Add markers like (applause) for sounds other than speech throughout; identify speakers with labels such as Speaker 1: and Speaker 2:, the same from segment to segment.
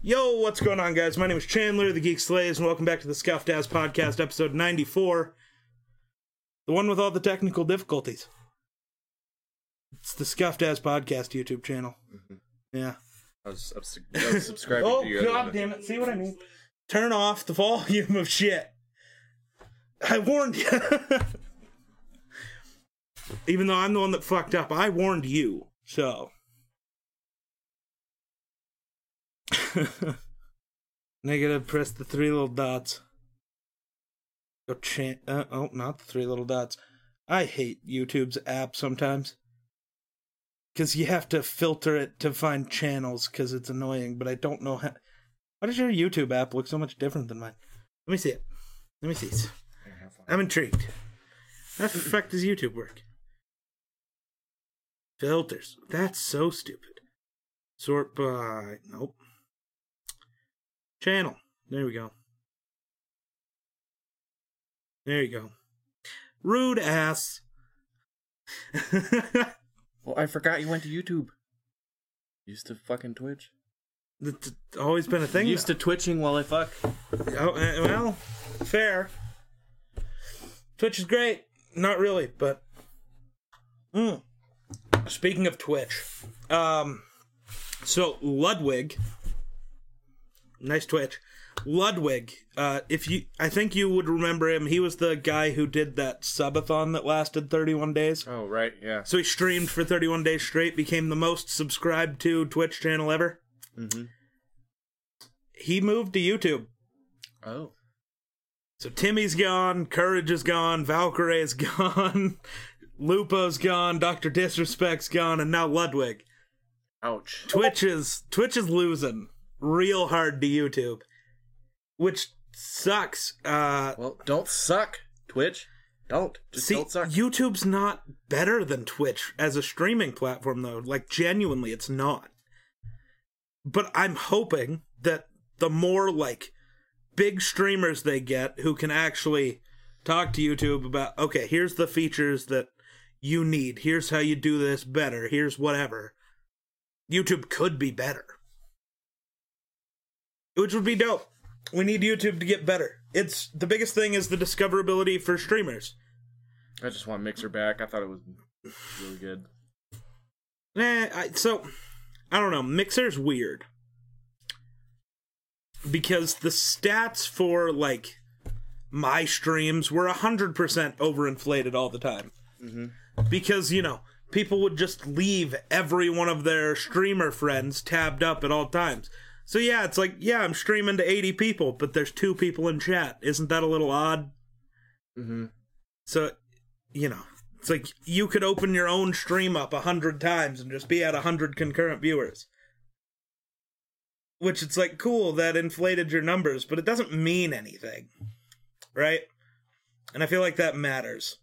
Speaker 1: Yo, what's going on, guys? My name is Chandler, the Geek Slays, and welcome back to the Scuffed Ass Podcast, episode 94. The one with all the technical difficulties. It's the Scuffed Ass Podcast YouTube channel. Yeah.
Speaker 2: I was, subs- I was subscribing
Speaker 1: Oh,
Speaker 2: to you.
Speaker 1: god damn it. See what I mean? Turn off the volume of shit. I warned you. (laughs) Even though I'm the one that fucked up, I warned you. So. (laughs) Negative, press the three little dots. Go chan- uh, oh, not the three little dots. I hate YouTube's app sometimes because you have to filter it to find channels because it's annoying. But I don't know how. Why does your YouTube app look so much different than mine? Let me see it. Let me see it. I'm intrigued. How the fuck does YouTube work? Filters. That's so stupid. Sort by. Nope. Channel. There we go. There you go. Rude ass. (laughs)
Speaker 2: Well, I forgot you went to YouTube. Used to fucking Twitch.
Speaker 1: That's always been a thing.
Speaker 2: Used to twitching while I fuck.
Speaker 1: Oh, uh, well, fair. Twitch is great. Not really, but. Mm. Speaking of Twitch, um, so Ludwig, nice Twitch. Ludwig, uh, if you, I think you would remember him. He was the guy who did that subathon that lasted 31 days.
Speaker 2: Oh right, yeah.
Speaker 1: So he streamed for 31 days straight, became the most subscribed to Twitch channel ever.
Speaker 2: Mm-hmm.
Speaker 1: He moved to YouTube.
Speaker 2: Oh,
Speaker 1: So Timmy's gone, Courage is gone, Valkyrie is gone, (laughs) Lupo's gone, Doctor Disrespect's gone, and now Ludwig.
Speaker 2: ouch.
Speaker 1: Twitch is Twitch is losing real hard to YouTube, which sucks. Uh,
Speaker 2: Well, don't suck, Twitch. Don't just
Speaker 1: see,
Speaker 2: don't suck.
Speaker 1: YouTube's not better than Twitch as a streaming platform, though. Like genuinely, it's not. But I'm hoping that the more like big streamers they get who can actually talk to YouTube about okay, here's the features that you need. Here's how you do this better. Here's whatever. YouTube could be better. Which would be dope. We need YouTube to get better. It's the biggest thing is the discoverability for streamers.
Speaker 2: I just want Mixer back. I thought it was really good.
Speaker 1: Nah, Eh, I, so I don't know. Mixer's weird because the stats for like my streams were hundred percent overinflated all the time because you know people would just leave every one of their streamer friends tabbed up at all times. So yeah, it's like yeah, I'm streaming to eighty people, but there's two people in chat. Isn't that a little odd?
Speaker 2: Mm-hmm.
Speaker 1: So, you know, it's like you could open your own stream up a hundred times and just be at a hundred concurrent viewers. Which it's like cool that inflated your numbers, but it doesn't mean anything, right? And I feel like that matters.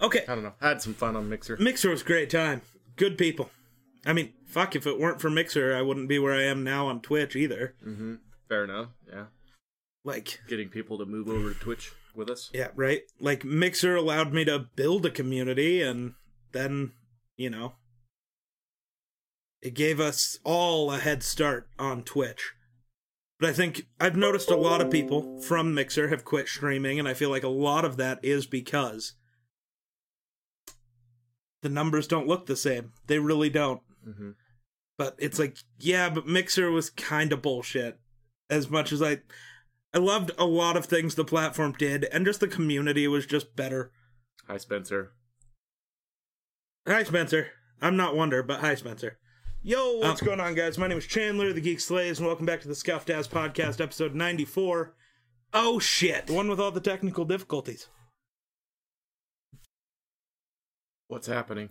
Speaker 1: Okay,
Speaker 2: I don't know. I had some fun on Mixer.
Speaker 1: Mixer was a great time. Good people. I mean, fuck, if it weren't for Mixer, I wouldn't be where I am now on Twitch either.
Speaker 2: Mm-hmm. Fair enough. Yeah,
Speaker 1: Like,
Speaker 2: getting people to move over to Twitch with us.
Speaker 1: Yeah, right. Like Mixer allowed me to build a community and then, you know, it gave us all a head start on Twitch. But I think I've noticed a lot of people from Mixer have quit streaming and I feel like a lot of that is because the numbers don't look the same. They really don't.
Speaker 2: Mm-hmm.
Speaker 1: But it's like, yeah, but Mixer was kind of bullshit. As much as I, I loved a lot of things the platform did, and just the community was just better.
Speaker 2: Hi, Spencer.
Speaker 1: Hi, Spencer. I'm not Wonder, but hi, Spencer. Uh, Yo, what's going on, guys? My name is Chandler, the Geek Slays, and welcome back to the Scuffed Ass Podcast, episode 94. Oh, shit. The one with all the technical difficulties.
Speaker 2: What's happening?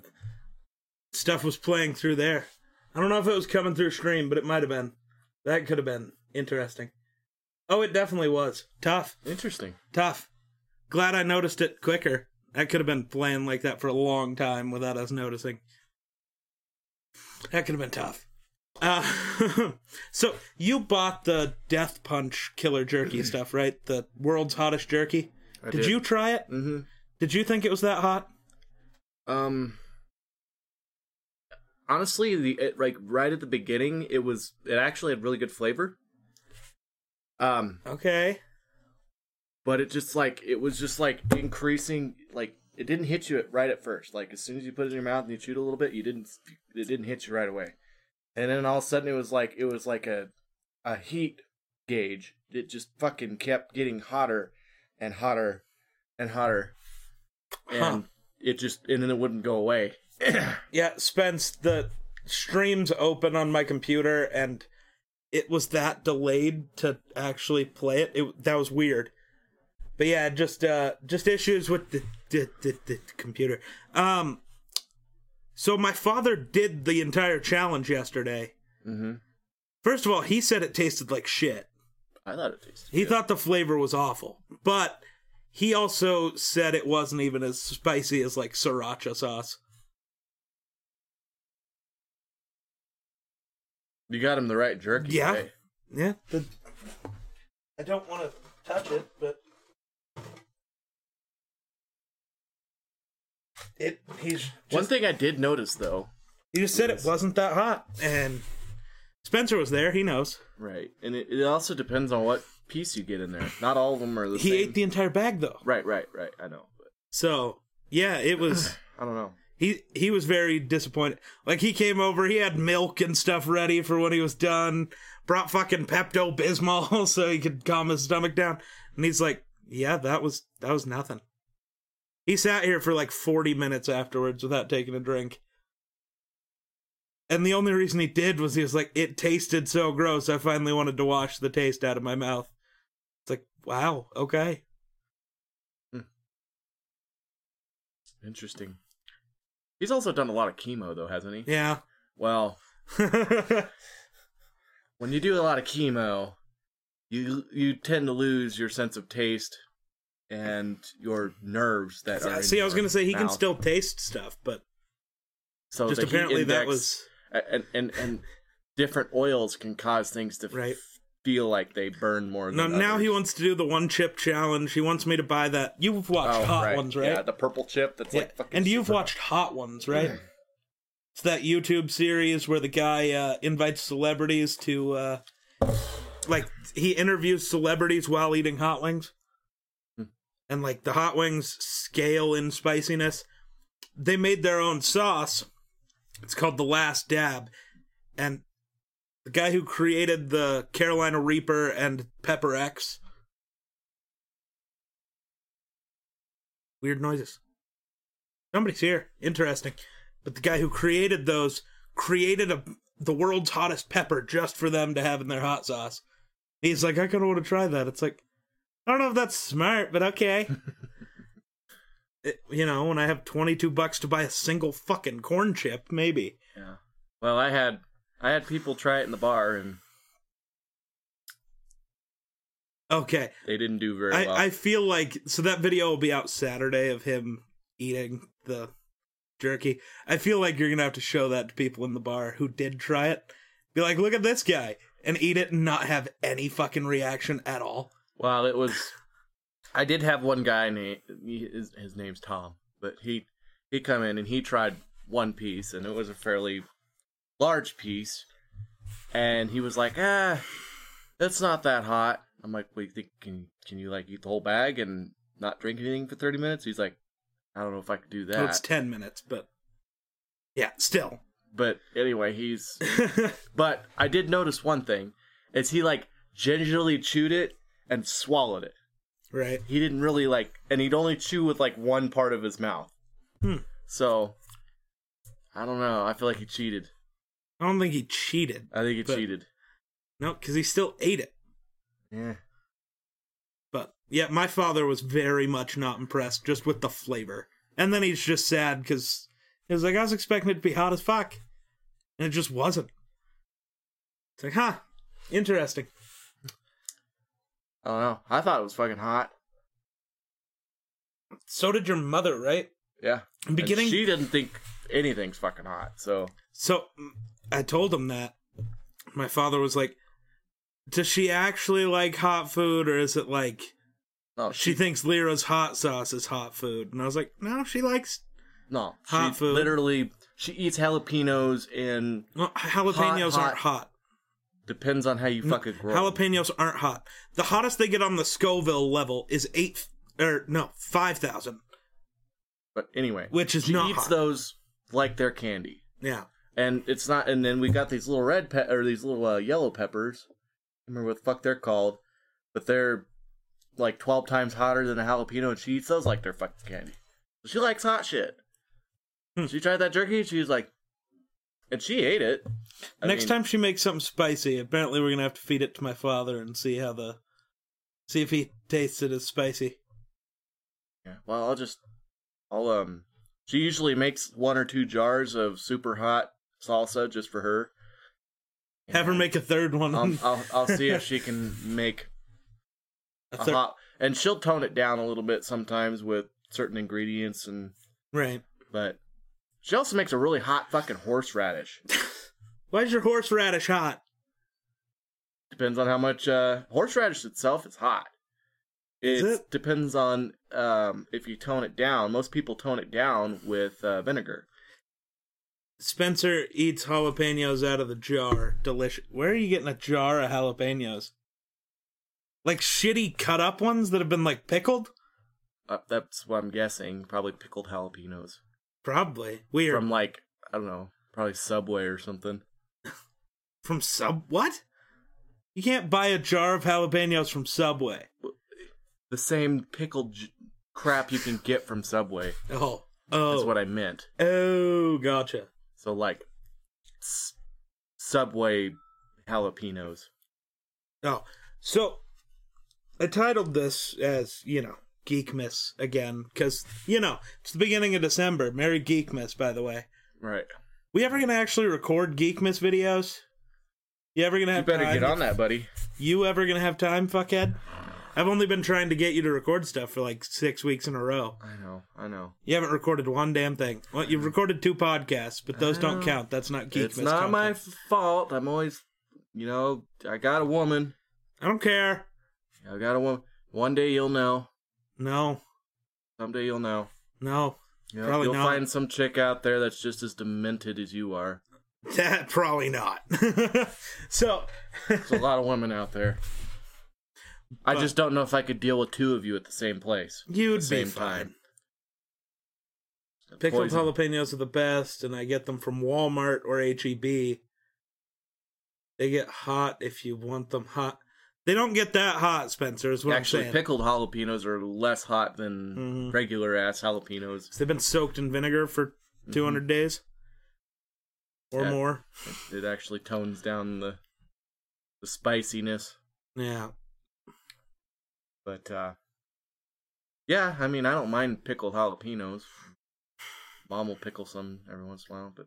Speaker 1: Stuff was playing through there. I don't know if it was coming through stream, but it might have been. That could have been interesting. Oh, it definitely was. Tough.
Speaker 2: Interesting.
Speaker 1: Tough. Glad I noticed it quicker. That could have been playing like that for a long time without us noticing. That could have been tough. Uh, (laughs) so you bought the Death Punch Killer Jerky stuff, right? The world's hottest jerky.
Speaker 2: I
Speaker 1: did you try it?
Speaker 2: Mm-hmm.
Speaker 1: Did you think it was that hot?
Speaker 2: Um, honestly, the it, like right at the beginning, it was it actually had really good flavor. Um,
Speaker 1: Okay.
Speaker 2: but it just like it was just like increasing like it didn't hit you at, right at first like as soon as you put it in your mouth and you chewed a little bit you didn't it didn't hit you right away and then all of a sudden it was like it was like a a heat gauge it just fucking kept getting hotter and hotter and hotter and it just and then it wouldn't go away
Speaker 1: Yeah, Spence, the stream's open on my computer and it was that delayed to actually play it. it that was weird. But yeah, just uh just issues with the the, the, the computer. Um so my father did the entire challenge yesterday.
Speaker 2: mm-hmm.
Speaker 1: First of all, he said it tasted like shit.
Speaker 2: i thought it tasted
Speaker 1: He thought the flavor was awful, but he also said it wasn't even as spicy as like sriracha sauce.
Speaker 2: you got him the right jerky
Speaker 1: Yeah.
Speaker 2: right?
Speaker 1: Yeah. The... I don't want to touch it, but it. He's just,
Speaker 2: one thing i did notice though
Speaker 1: he just said it
Speaker 2: Yes.
Speaker 1: wasn't that hot, and Spencer was there. He knows.
Speaker 2: right and it, it also depends on what piece you get in there not all of them are the
Speaker 1: He
Speaker 2: same
Speaker 1: ate the entire bag though,
Speaker 2: Right, right, right. I know. But
Speaker 1: so yeah, it was.
Speaker 2: I don't know.
Speaker 1: He he was very disappointed. Like he came over, he had milk and stuff ready for when he was done. Brought fucking Pepto Bismol (laughs) so he could calm his stomach down. And he's like, "Yeah, that was that was nothing." He sat here for like forty minutes afterwards without taking a drink. And the only reason he did was he was like, "It tasted so gross. I finally wanted to wash the taste out of my mouth." It's like, wow, okay.
Speaker 2: Interesting. He's also done a lot of chemo, though, hasn't he?
Speaker 1: Yeah. (laughs)
Speaker 2: Well, when you do a lot of chemo, you you tend to lose your sense of taste and your nerves that are. in
Speaker 1: See, I was
Speaker 2: your
Speaker 1: gonna say he can
Speaker 2: mouth.
Speaker 1: still taste stuff, but
Speaker 2: So
Speaker 1: just
Speaker 2: the heat
Speaker 1: apparently that
Speaker 2: index-
Speaker 1: was
Speaker 2: and and and different oils can cause things to
Speaker 1: Right.
Speaker 2: feel like they burn more.
Speaker 1: now,
Speaker 2: than
Speaker 1: now he
Speaker 2: others.
Speaker 1: wants to do the one chip challenge he wants me to buy that you've watched
Speaker 2: Oh,
Speaker 1: hot ones right
Speaker 2: Yeah, the purple chip that's
Speaker 1: Yeah.
Speaker 2: like fucking.
Speaker 1: and you've
Speaker 2: super-
Speaker 1: watched hot ones right
Speaker 2: (clears throat)
Speaker 1: it's that youtube series where the guy uh, invites celebrities to uh, like he interviews celebrities while eating hot wings
Speaker 2: Hmm.
Speaker 1: and like the hot wings scale in spiciness they made their own sauce it's called the last dab and the guy who created the carolina reaper and pepper x weird noises somebody's here interesting but the guy who created those created a, the world's hottest pepper just for them to have in their hot sauce he's like i kind of want to try that it's like i don't know if that's smart but okay It- you know when i have 22 bucks to buy a single fucking corn chip maybe
Speaker 2: Yeah. Well, I had I had people try it in the bar and
Speaker 1: okay
Speaker 2: they didn't do very
Speaker 1: I,
Speaker 2: well.
Speaker 1: I feel like so that video will be out Saturday of him eating the jerky. I feel like you're gonna have to show that to people in the bar who did try it. Be like, look at this guy and eat it and not have any fucking reaction at all.
Speaker 2: Well, it was. I did have one guy named his, his name's Tom, but he he come in and he tried one piece, and it was a fairly large piece, and he was like, "Ah, that's not that hot." I'm like, "Wait, think, can can you like eat the whole bag and not drink anything for 30 minutes?" He's like, "I don't know if I could do
Speaker 1: So
Speaker 2: that."
Speaker 1: Oh, it's ten minutes, but yeah, still.
Speaker 2: but anyway, he's But I did notice one thing: is he like gingerly chewed it and swallowed it.
Speaker 1: right.
Speaker 2: He didn't really like, and he'd only chew with like one part of his mouth.
Speaker 1: Hmm.
Speaker 2: So I don't know. I feel like he cheated.
Speaker 1: I don't think he cheated.
Speaker 2: I think he
Speaker 1: But-
Speaker 2: cheated.
Speaker 1: No, because he still ate it.
Speaker 2: Yeah.
Speaker 1: But yeah, my father was very much not impressed just with the flavor. And then he's just sad because he was like, I was expecting it to be hot as fuck. And it just wasn't. It's like, huh, interesting.
Speaker 2: I don't know. I thought it was fucking hot.
Speaker 1: So did your mother, right?
Speaker 2: Yeah. And
Speaker 1: Beginning-
Speaker 2: she didn't think anything's fucking hot. So
Speaker 1: So mm, I told him that. My father was like, Does she actually like hot food or is it like
Speaker 2: no,
Speaker 1: she thinks Lyra's hot sauce is hot food? And I was like, No, she likes
Speaker 2: no.
Speaker 1: Hot
Speaker 2: she
Speaker 1: food.
Speaker 2: literally She eats jalapenos and
Speaker 1: Well, jalapenos
Speaker 2: hot.
Speaker 1: aren't hot.
Speaker 2: depends on how you fucking grow. 'em.
Speaker 1: Jalapenos aren't hot. The hottest they get on the Scoville level is eight or no five thousand.
Speaker 2: but anyway,
Speaker 1: Which is
Speaker 2: she
Speaker 1: not
Speaker 2: eats
Speaker 1: hot.
Speaker 2: those like they're candy,
Speaker 1: Yeah,
Speaker 2: and it's not. And then we got these little red pe- or these little uh, yellow peppers. I remember what the fuck they're called, but they're like twelve times hotter than a jalapeno, and she eats those like they're fucking candy. She likes hot shit.
Speaker 1: Hmm.
Speaker 2: She tried that jerky. She was like, and she ate it. I
Speaker 1: Next
Speaker 2: mean,
Speaker 1: time she makes something spicy, apparently we're gonna have to feed it to my father and see how the see if he tastes it as spicy.
Speaker 2: Yeah. Well, I'll just, I'll um. She usually makes one or two jars of super hot salsa just for her.
Speaker 1: Have her
Speaker 2: And
Speaker 1: make a third one. (laughs)
Speaker 2: I'll, I'll I'll see if she can make
Speaker 1: a
Speaker 2: a
Speaker 1: third,
Speaker 2: hot, and she'll tone it down a little bit sometimes with certain ingredients and
Speaker 1: right.
Speaker 2: but she also makes a really hot fucking horseradish.
Speaker 1: Why is your horseradish hot?
Speaker 2: Depends on how much uh horseradish itself is hot.
Speaker 1: Is
Speaker 2: It's-
Speaker 1: it?
Speaker 2: depends on um if you tone it down. Most people tone it down with uh, vinegar.
Speaker 1: Spencer eats jalapenos out of the jar. Delicious. Where are you getting a jar of jalapenos? Like shitty cut up ones that have been like pickled?
Speaker 2: Uh, that's what I'm guessing. Probably pickled jalapenos
Speaker 1: Probably. Weird.
Speaker 2: from like I don't know, probably Subway or something.
Speaker 1: From Sub what? You can't buy a jar of jalapenos from Subway.
Speaker 2: The same pickled j- crap you can get from Subway.
Speaker 1: Oh. Oh.
Speaker 2: That's what I meant.
Speaker 1: oh, gotcha.
Speaker 2: So like s- Subway jalapenos.
Speaker 1: Oh. So I titled this as, you know, Geek Miss again, because, you know, it's the beginning of December. Merry Geek Miss, by the way.
Speaker 2: Right.
Speaker 1: We ever gonna actually record Geek Miss videos? You ever gonna
Speaker 2: You
Speaker 1: have
Speaker 2: better
Speaker 1: time?
Speaker 2: get on that, buddy.
Speaker 1: You ever gonna have time, fuckhead? I've only been trying to get you to record stuff for like six weeks in a row.
Speaker 2: I know. I know.
Speaker 1: You haven't recorded one damn thing. Well, you've recorded two podcasts, but those don't
Speaker 2: Oh.
Speaker 1: count. That's not Geek
Speaker 2: it's
Speaker 1: Miss.
Speaker 2: not my
Speaker 1: content.
Speaker 2: f- fault. I'm always, you know, I got a woman.
Speaker 1: I don't care.
Speaker 2: I got a woman. One day you'll know.
Speaker 1: No,
Speaker 2: Someday you'll know.
Speaker 1: no, (laughs)
Speaker 2: You know,
Speaker 1: Probably
Speaker 2: you'll
Speaker 1: not.
Speaker 2: find some chick out there that's just as demented as you are.
Speaker 1: that probably not. (laughs) so,
Speaker 2: There's a lot of women out there. I
Speaker 1: But-
Speaker 2: just don't know if I could deal with two of you at the same place.
Speaker 1: you'd be
Speaker 2: same
Speaker 1: fine.
Speaker 2: time.
Speaker 1: Pickled
Speaker 2: Poison.
Speaker 1: jalapenos are the best, and I get them from Walmart or HEB. They get hot if you want them hot. They don't get that hot, Spencer. Is what I'm
Speaker 2: Actually,
Speaker 1: saying.
Speaker 2: pickled jalapenos are less hot than
Speaker 1: Mhm.
Speaker 2: regular ass jalapenos.
Speaker 1: They've been soaked in vinegar for 200 days or
Speaker 2: Mm-hmm. Yeah.
Speaker 1: more.
Speaker 2: It actually tones down the the spiciness.
Speaker 1: Yeah,
Speaker 2: But uh yeah, I mean, I don't mind pickled jalapenos. Mom will pickle some every once in a while, but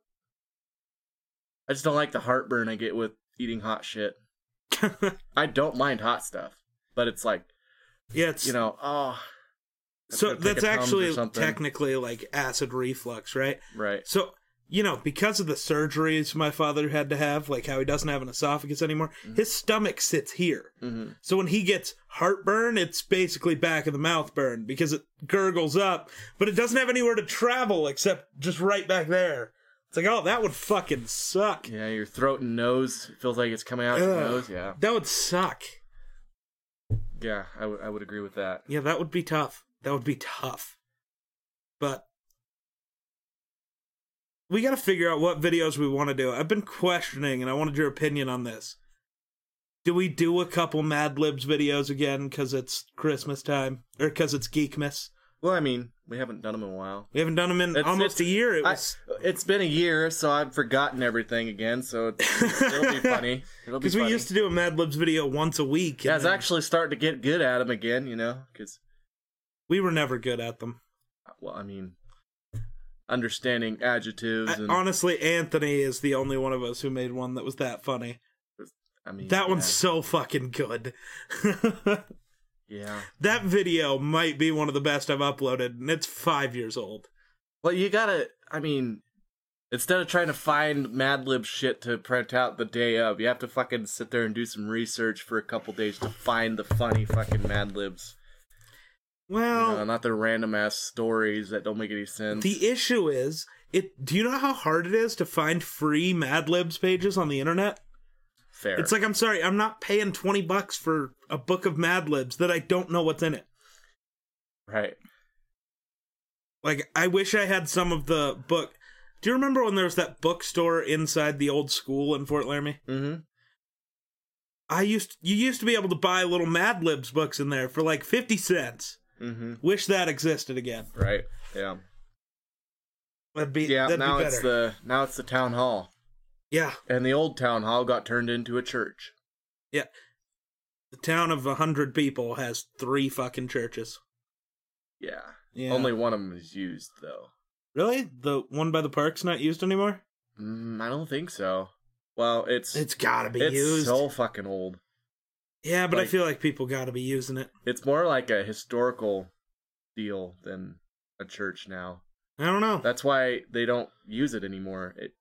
Speaker 2: I just don't like the heartburn I get with eating hot shit. I don't mind hot stuff, but it's like
Speaker 1: (laughs) yeah. It's
Speaker 2: you know, oh, I'm
Speaker 1: so
Speaker 2: gonna take
Speaker 1: that's
Speaker 2: a Tums or
Speaker 1: actually
Speaker 2: something.
Speaker 1: technically like acid reflux, right?
Speaker 2: right.
Speaker 1: So, you know, because of the surgeries my father had to have, like how he doesn't have an esophagus anymore,
Speaker 2: Mm-hmm.
Speaker 1: his stomach sits here.
Speaker 2: hmm
Speaker 1: So when he gets heartburn, it's basically back of the mouth burn because it gurgles up, but it doesn't have anywhere to travel except just right back there. It's like, oh, that would fucking suck.
Speaker 2: Yeah, your throat and nose feels like it's coming out your
Speaker 1: Ugh.
Speaker 2: nose. Yeah,
Speaker 1: That would suck.
Speaker 2: yeah, I would I would agree with that.
Speaker 1: Yeah, that would be tough. That would be tough. But we got to figure out what videos we want to do. I've been questioning, and I wanted your opinion on this. Do we do a couple Mad Libs videos again because it's Christmas time or because it's Geekmas?
Speaker 2: Well, I mean, we haven't done them in a while.
Speaker 1: We haven't done them in
Speaker 2: It's-
Speaker 1: almost a
Speaker 2: it's-
Speaker 1: year. It
Speaker 2: I-
Speaker 1: was
Speaker 2: it's been a year, so I've forgotten everything again. So it's,
Speaker 1: (laughs)
Speaker 2: it'll be funny. It'll be
Speaker 1: because
Speaker 2: funny.
Speaker 1: we used to do a Mad Libs video once a week.
Speaker 2: yeah,
Speaker 1: and
Speaker 2: it's
Speaker 1: then
Speaker 2: actually starting to get good at them again. You know, because
Speaker 1: we were never good at them.
Speaker 2: well, I mean, understanding adjectives
Speaker 1: I-
Speaker 2: and
Speaker 1: honestly, Anthony is the only one of us who made one that was that funny.
Speaker 2: I mean
Speaker 1: That one's
Speaker 2: yeah,
Speaker 1: so fucking good. (laughs)
Speaker 2: yeah.
Speaker 1: That video might be one of the best I've uploaded, and it's five years old.
Speaker 2: Well, you gotta. I mean, instead of trying to find Mad Lib shit to print out the day of, you have to fucking sit there and do some research for a couple days to find the funny fucking Mad Libs, you
Speaker 1: Well,
Speaker 2: know, not the random ass stories that don't make any sense.
Speaker 1: the issue is It. Do you know how hard it is to find free Mad Libs pages on the internet?
Speaker 2: Fair.
Speaker 1: It's like I'm sorry, I'm not paying twenty bucks for a book of Mad Libs that I don't know what's in it.
Speaker 2: right.
Speaker 1: Like I wish I had some of the book. Do you remember when there was that bookstore inside the old school in Fort Laramie?
Speaker 2: Mm-hmm.
Speaker 1: I used you used to be able to buy little Mad Libs books in there for like fifty cents.
Speaker 2: Mm-hmm.
Speaker 1: Wish that existed again.
Speaker 2: Right. Yeah.
Speaker 1: That'd be
Speaker 2: Yeah.
Speaker 1: That'd
Speaker 2: now
Speaker 1: be better.
Speaker 2: it's the now it's the town hall,
Speaker 1: yeah
Speaker 2: and the old town hall got turned into a church.
Speaker 1: yeah. The town of a hundred people has three fucking churches.
Speaker 2: Yeah.
Speaker 1: Yeah.
Speaker 2: Only one of them is used though.
Speaker 1: really the one by the park's not used anymore.
Speaker 2: Mm, I don't think so. Well, it's
Speaker 1: It's gotta be
Speaker 2: it's
Speaker 1: used.
Speaker 2: so fucking old.
Speaker 1: yeah, but I
Speaker 2: like-
Speaker 1: feel like people gotta be using it.
Speaker 2: It's more like a historical deal than a church now.
Speaker 1: I don't know.
Speaker 2: That's why they don't use it anymore. It,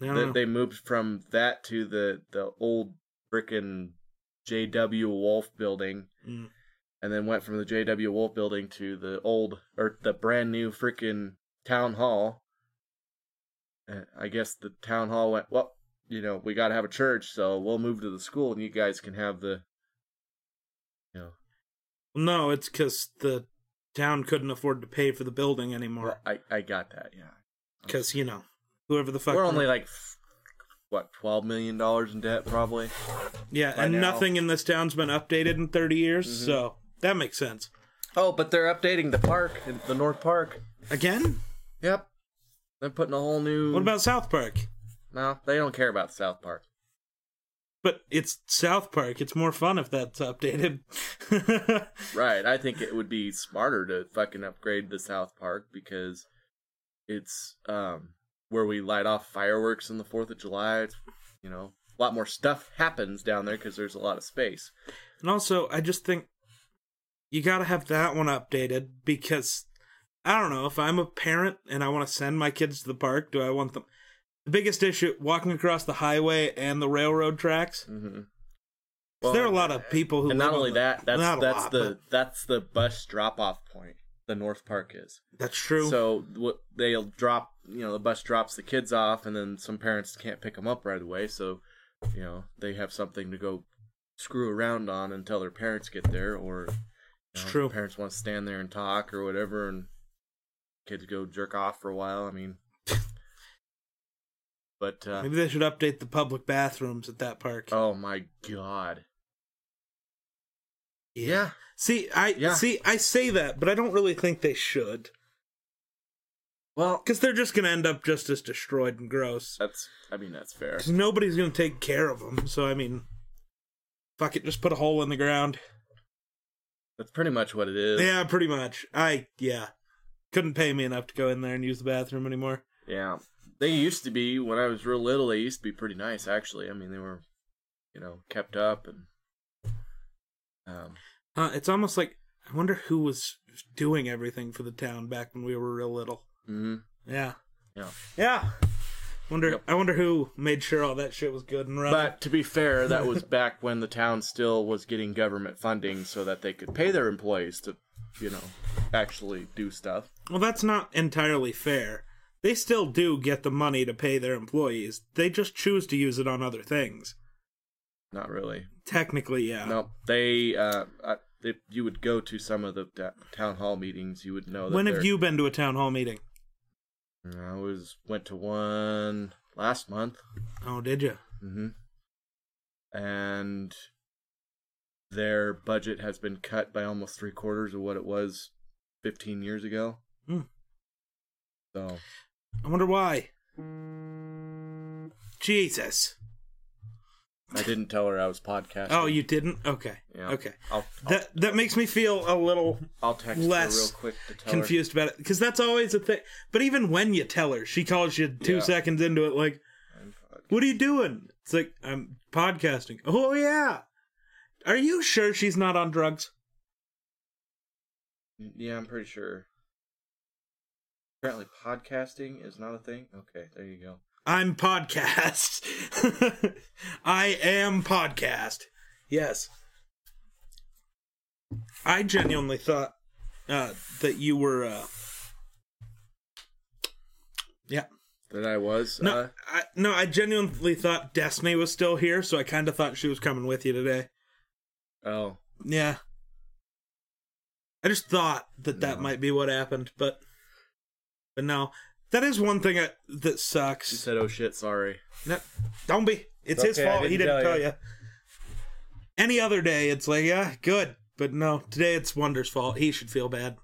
Speaker 1: I don't
Speaker 2: they,
Speaker 1: know.
Speaker 2: they moved from that to the the old frickin' J.W. Wolf building,
Speaker 1: Mm.
Speaker 2: and then went from the J.W. Wolf building to the old or the brand new frickin' town hall. Uh, I guess the town hall went well. You know, we got to have a church, so we'll move to the school, and you guys can have the. You know,
Speaker 1: No, it's because the town couldn't afford to pay for the building anymore.
Speaker 2: well, I I got that. Yeah,
Speaker 1: Because you know, whoever the fuck
Speaker 2: we're only like f- what twelve million dollars in debt, probably.
Speaker 1: yeah,
Speaker 2: by
Speaker 1: and
Speaker 2: now. Mm-hmm.
Speaker 1: nothing in this town's been updated in thirty years, so that makes sense.
Speaker 2: Oh, but they're updating the park, the North Park.
Speaker 1: Again,
Speaker 2: Yep. They're putting a whole new.
Speaker 1: what about South Park?
Speaker 2: No, they don't care about South Park.
Speaker 1: But it's South Park. It's more fun if that's updated. (laughs)
Speaker 2: Right. I think it would be smarter to fucking upgrade the South Park because it's um where we light off fireworks on the Fourth of July. It's you know a lot more stuff happens down there because there's a lot of space.
Speaker 1: and also, I just think you got to have that one updated because I don't know if I'm a parent and I want to send my kids to the park. Do I want them? The biggest issue walking across the highway and the railroad tracks.
Speaker 2: Mm-hmm.
Speaker 1: 'Cause there are a lot of people who
Speaker 2: and
Speaker 1: live
Speaker 2: not
Speaker 1: on
Speaker 2: only
Speaker 1: the-
Speaker 2: that, that's
Speaker 1: not a
Speaker 2: that's
Speaker 1: lot,
Speaker 2: the
Speaker 1: but
Speaker 2: that's the bus drop off point. The North Park is.
Speaker 1: that's true.
Speaker 2: So what they'll drop, you know, the bus drops the kids off, and then some parents can't pick them up right away. So, you know, they have something to go screw around on until their parents get there, or you
Speaker 1: It's
Speaker 2: know,
Speaker 1: true.
Speaker 2: Parents want to stand there and talk or whatever, and kids go jerk off for a while. I mean, (laughs) but uh,
Speaker 1: Maybe they should update the public bathrooms at that park.
Speaker 2: oh my god, yeah,
Speaker 1: See, I
Speaker 2: Yeah.
Speaker 1: see, I say that, but I don't really think they should,
Speaker 2: well,
Speaker 1: because they're just gonna end up just as destroyed and gross.
Speaker 2: that's I mean that's fair.
Speaker 1: 'Cause nobody's gonna take care of them. So I mean, fuck it, just put a hole in the ground.
Speaker 2: That's pretty much what it is.
Speaker 1: Yeah, pretty much. I yeah, couldn't pay me enough to go in there and use the bathroom anymore.
Speaker 2: Yeah. They used to be when I was real little, they used to be pretty nice actually. I mean they were you know, kept up and um
Speaker 1: Uh, it's almost like I wonder who was doing everything for the town back when we were real little.
Speaker 2: mhm.
Speaker 1: Yeah,
Speaker 2: Yeah.
Speaker 1: yeah. Wonder
Speaker 2: Yep.
Speaker 1: I wonder who made sure all that shit was good and running.
Speaker 2: But to be fair, that was (laughs) back when the town still was getting government funding so that they could pay their employees to, you know, actually do stuff.
Speaker 1: Well, that's not entirely fair. They still do get the money to pay their employees. They just choose to use it on other things.
Speaker 2: Not really.
Speaker 1: Technically, yeah.
Speaker 2: No, they uh I, if you would go to some of the ta- town hall meetings, you would know that
Speaker 1: when have
Speaker 2: they're-
Speaker 1: you been to a town hall meeting?
Speaker 2: I was went to one last month.
Speaker 1: Oh, did you?
Speaker 2: hmm And their budget has been cut by almost three quarters of what it was 15 years ago.
Speaker 1: Hmm.
Speaker 2: So
Speaker 1: I wonder why. Jesus.
Speaker 2: I didn't tell her I was podcasting.
Speaker 1: Oh, you didn't? Okay.
Speaker 2: Yeah.
Speaker 1: Okay.
Speaker 2: I'll, I'll,
Speaker 1: That that makes me feel a little
Speaker 2: I'll text
Speaker 1: less
Speaker 2: her real quick to tell
Speaker 1: confused about it because that's always a thing. But even when you tell her, she calls you two
Speaker 2: Yeah.
Speaker 1: seconds into it, like,
Speaker 2: her.
Speaker 1: What are you doing? It's like, I'm podcasting. Oh, yeah. Are you sure she's not on drugs?
Speaker 2: Yeah, I'm pretty sure. Apparently, podcasting is not a thing. Okay, there you go.
Speaker 1: I'm podcast. (laughs) I am podcast. Yes. I genuinely thought uh, that you were uh,
Speaker 2: that I was.
Speaker 1: No,
Speaker 2: uh,
Speaker 1: I, no, I genuinely thought Destiny was still here, so I kind of thought she was coming with you today.
Speaker 2: oh,
Speaker 1: Yeah. I just thought that that
Speaker 2: No.
Speaker 1: might be what happened, but but no, that is one thing I, that
Speaker 2: she
Speaker 1: sucks.
Speaker 2: said, "Oh shit, sorry."
Speaker 1: No, don't be. It's his
Speaker 2: Okay, I
Speaker 1: fault. he
Speaker 2: didn't
Speaker 1: didn't
Speaker 2: tell
Speaker 1: tell
Speaker 2: ya.
Speaker 1: you. Any other day, it's like yeah, good, but no, today it's Wonder's fault. He should feel bad.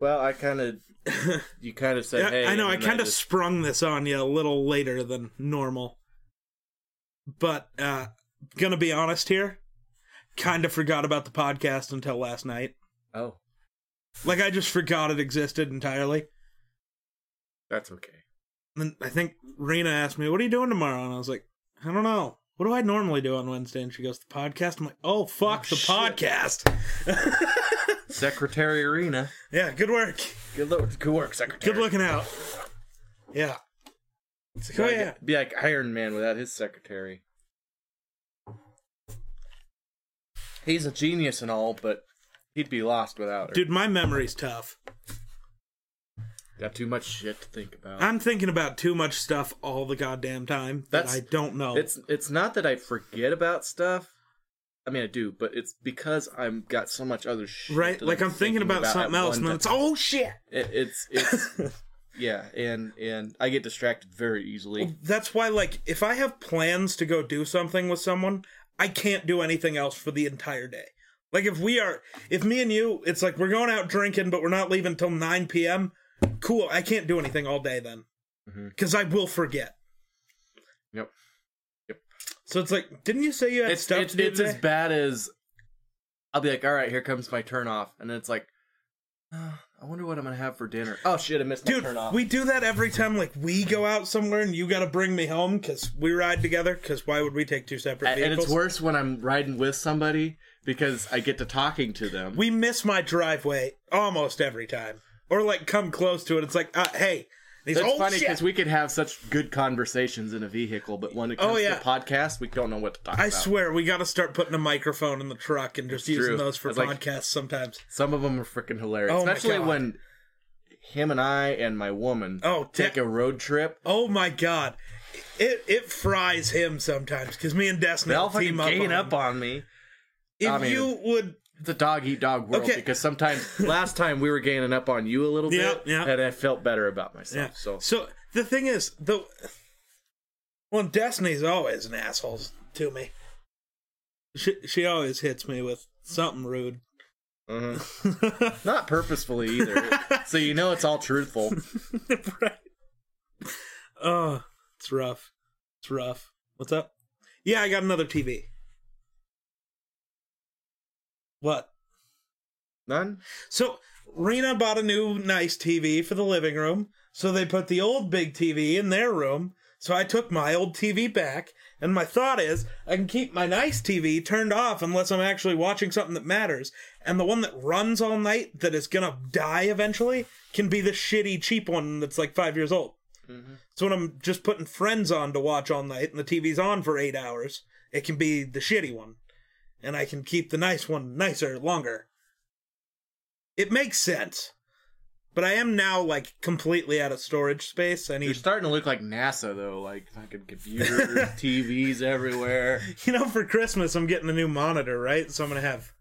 Speaker 2: Well, I
Speaker 1: (laughs)
Speaker 2: kind of, you kind of said,
Speaker 1: Yeah,
Speaker 2: "Hey,"
Speaker 1: I know
Speaker 2: and
Speaker 1: I
Speaker 2: then
Speaker 1: kind of
Speaker 2: just-
Speaker 1: sprung this on you a little later than normal. But uh gonna be honest here, kind of forgot about the podcast until last night.
Speaker 2: Oh,
Speaker 1: Like I just forgot it existed entirely.
Speaker 2: that's okay.
Speaker 1: And then I think Rena asked me, "What are you doing tomorrow?" And I was like, "I don't know. What do I normally do on Wednesday?" And she goes, "The podcast." I'm like, "Oh fuck,
Speaker 2: Oh,
Speaker 1: the
Speaker 2: shit.
Speaker 1: podcast."
Speaker 2: Secretary Arena.
Speaker 1: Yeah, good work.
Speaker 2: Good look. Good work, Secretary.
Speaker 1: Good looking out. Yeah. It's like, oh
Speaker 2: Gotta
Speaker 1: yeah.
Speaker 2: get- Be like Iron Man without his secretary. He's a genius and all, but he'd be lost without her.
Speaker 1: Dude, my memory's tough.
Speaker 2: Got too much shit to think about.
Speaker 1: I'm thinking about too much stuff all the goddamn time that
Speaker 2: That's-
Speaker 1: I don't know.
Speaker 2: It's it's not that I forget about stuff. I mean, I do, but it's because I'm got so much other shit.
Speaker 1: right?
Speaker 2: that
Speaker 1: Like I'm thinking about,
Speaker 2: at
Speaker 1: something else,
Speaker 2: one
Speaker 1: and then
Speaker 2: ti-
Speaker 1: it's oh shit.
Speaker 2: It, it's it's
Speaker 1: (laughs)
Speaker 2: yeah, and and I get distracted very easily.
Speaker 1: That's why, like, if I have plans to go do something with someone, I can't do anything else for the entire day. Like if we are, if me and you, it's like we're going out drinking, but we're not leaving till 9 p.m. Cool. I can't do anything all day then,
Speaker 2: Mhm.
Speaker 1: because I will forget.
Speaker 2: Yep.
Speaker 1: So it's like, didn't you say you had
Speaker 2: (laughs) It's
Speaker 1: stuff
Speaker 2: it's,
Speaker 1: to do
Speaker 2: it's
Speaker 1: today?
Speaker 2: as bad as I'll be like, all right, here comes my turn off, and then it's like, "Ah, I wonder what I'm gonna have for dinner. Oh shit, I missed my
Speaker 1: Dude,
Speaker 2: turn off.
Speaker 1: we do that every time. Like we go out somewhere, and you got to bring me home because we ride together. Because why would we take two separate
Speaker 2: and,
Speaker 1: vehicles?
Speaker 2: and it's worse when I'm riding with somebody because I get to talking to them.
Speaker 1: We miss my driveway almost every time, or like come close to it. It's like, uh, hey, And he's
Speaker 2: That's
Speaker 1: oh
Speaker 2: funny
Speaker 1: shit.
Speaker 2: because we could have such good conversations in a vehicle, but when it
Speaker 1: Oh,
Speaker 2: comes
Speaker 1: yeah.
Speaker 2: to podcast, we don't know what to talk
Speaker 1: I
Speaker 2: about.
Speaker 1: swear, we got to start putting a microphone in the truck and just using
Speaker 2: true.
Speaker 1: those for
Speaker 2: It's like-
Speaker 1: podcasts sometimes.
Speaker 2: Some of them are freaking hilarious,
Speaker 1: Oh, my
Speaker 2: especially
Speaker 1: God.
Speaker 2: when him and I and my woman
Speaker 1: Oh,
Speaker 2: take
Speaker 1: that-
Speaker 2: a road trip.
Speaker 1: Oh my god, it it fries him sometimes because me and Destiny
Speaker 2: They all
Speaker 1: Oh, team
Speaker 2: fucking
Speaker 1: up. on
Speaker 2: gain up
Speaker 1: him.
Speaker 2: on me.
Speaker 1: If
Speaker 2: I mean-
Speaker 1: you would,
Speaker 2: It's a dog eat dog world
Speaker 1: Okay.
Speaker 2: because
Speaker 1: (laughs)
Speaker 2: sometimes last time we were gaining up on you a little
Speaker 1: Yeah,
Speaker 2: bit,
Speaker 1: yeah.
Speaker 2: and I felt better about myself.
Speaker 1: yeah.
Speaker 2: So
Speaker 1: the thing is, the well, Destiny's always an asshole to me. She she always hits me with something rude. (laughs)
Speaker 2: mhm. not purposefully either. so you know it's all truthful.
Speaker 1: right. Oh, it's rough. It's rough. What's up? Yeah, I got another TV. What?
Speaker 2: None.
Speaker 1: So, Rena bought a new nice TV for the living room. So they put the old big TV in their room. So I took my old TV back. And my thought is, I can keep my nice TV turned off unless I'm actually watching something that matters. And the one that runs all night that is going to die eventually can be the shitty, cheap one that's like five years old. So when I'm just putting friends on to watch all night and the TV's on for eight hours, it can be the shitty one. And I can keep the nice one nicer longer. It makes sense. But I am now like completely out of storage space. I
Speaker 2: You're
Speaker 1: need (laughs)
Speaker 2: starting to look like NASA though, like fucking computers, TVs everywhere.
Speaker 1: you know, for Christmas I'm getting a new monitor, right? So I'm gonna have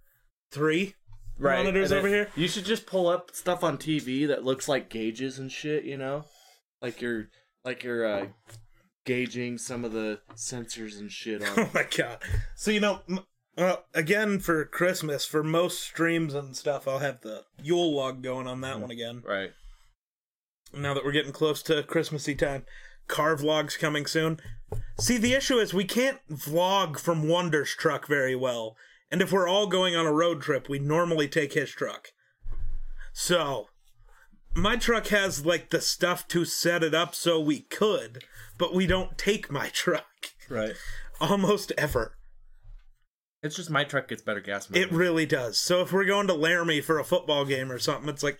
Speaker 1: three (laughs) monitors
Speaker 2: and
Speaker 1: over
Speaker 2: it-
Speaker 1: here.
Speaker 2: You should just pull up stuff on TV that looks like gauges and shit. You know, like you're like you're uh, gauging some of the sensors and
Speaker 1: (laughs)
Speaker 2: shit on.
Speaker 1: Oh my god! So you know, m- uh, again for Christmas, for most streams and stuff, I'll have the Yule log going on that one again.
Speaker 2: right.
Speaker 1: now that we're getting close to Christmassy time. Car vlogs coming soon. See, the issue is we can't vlog from Wonder's truck very well. And if we're all going on a road trip, we normally take his truck. So, my truck has like the stuff to set it up so we could, but we don't take my (laughs) truck
Speaker 2: Right.
Speaker 1: almost ever.
Speaker 2: It's just my truck gets better gas.
Speaker 1: It really does. So if we're going to Laramie for a football game or something, it's like,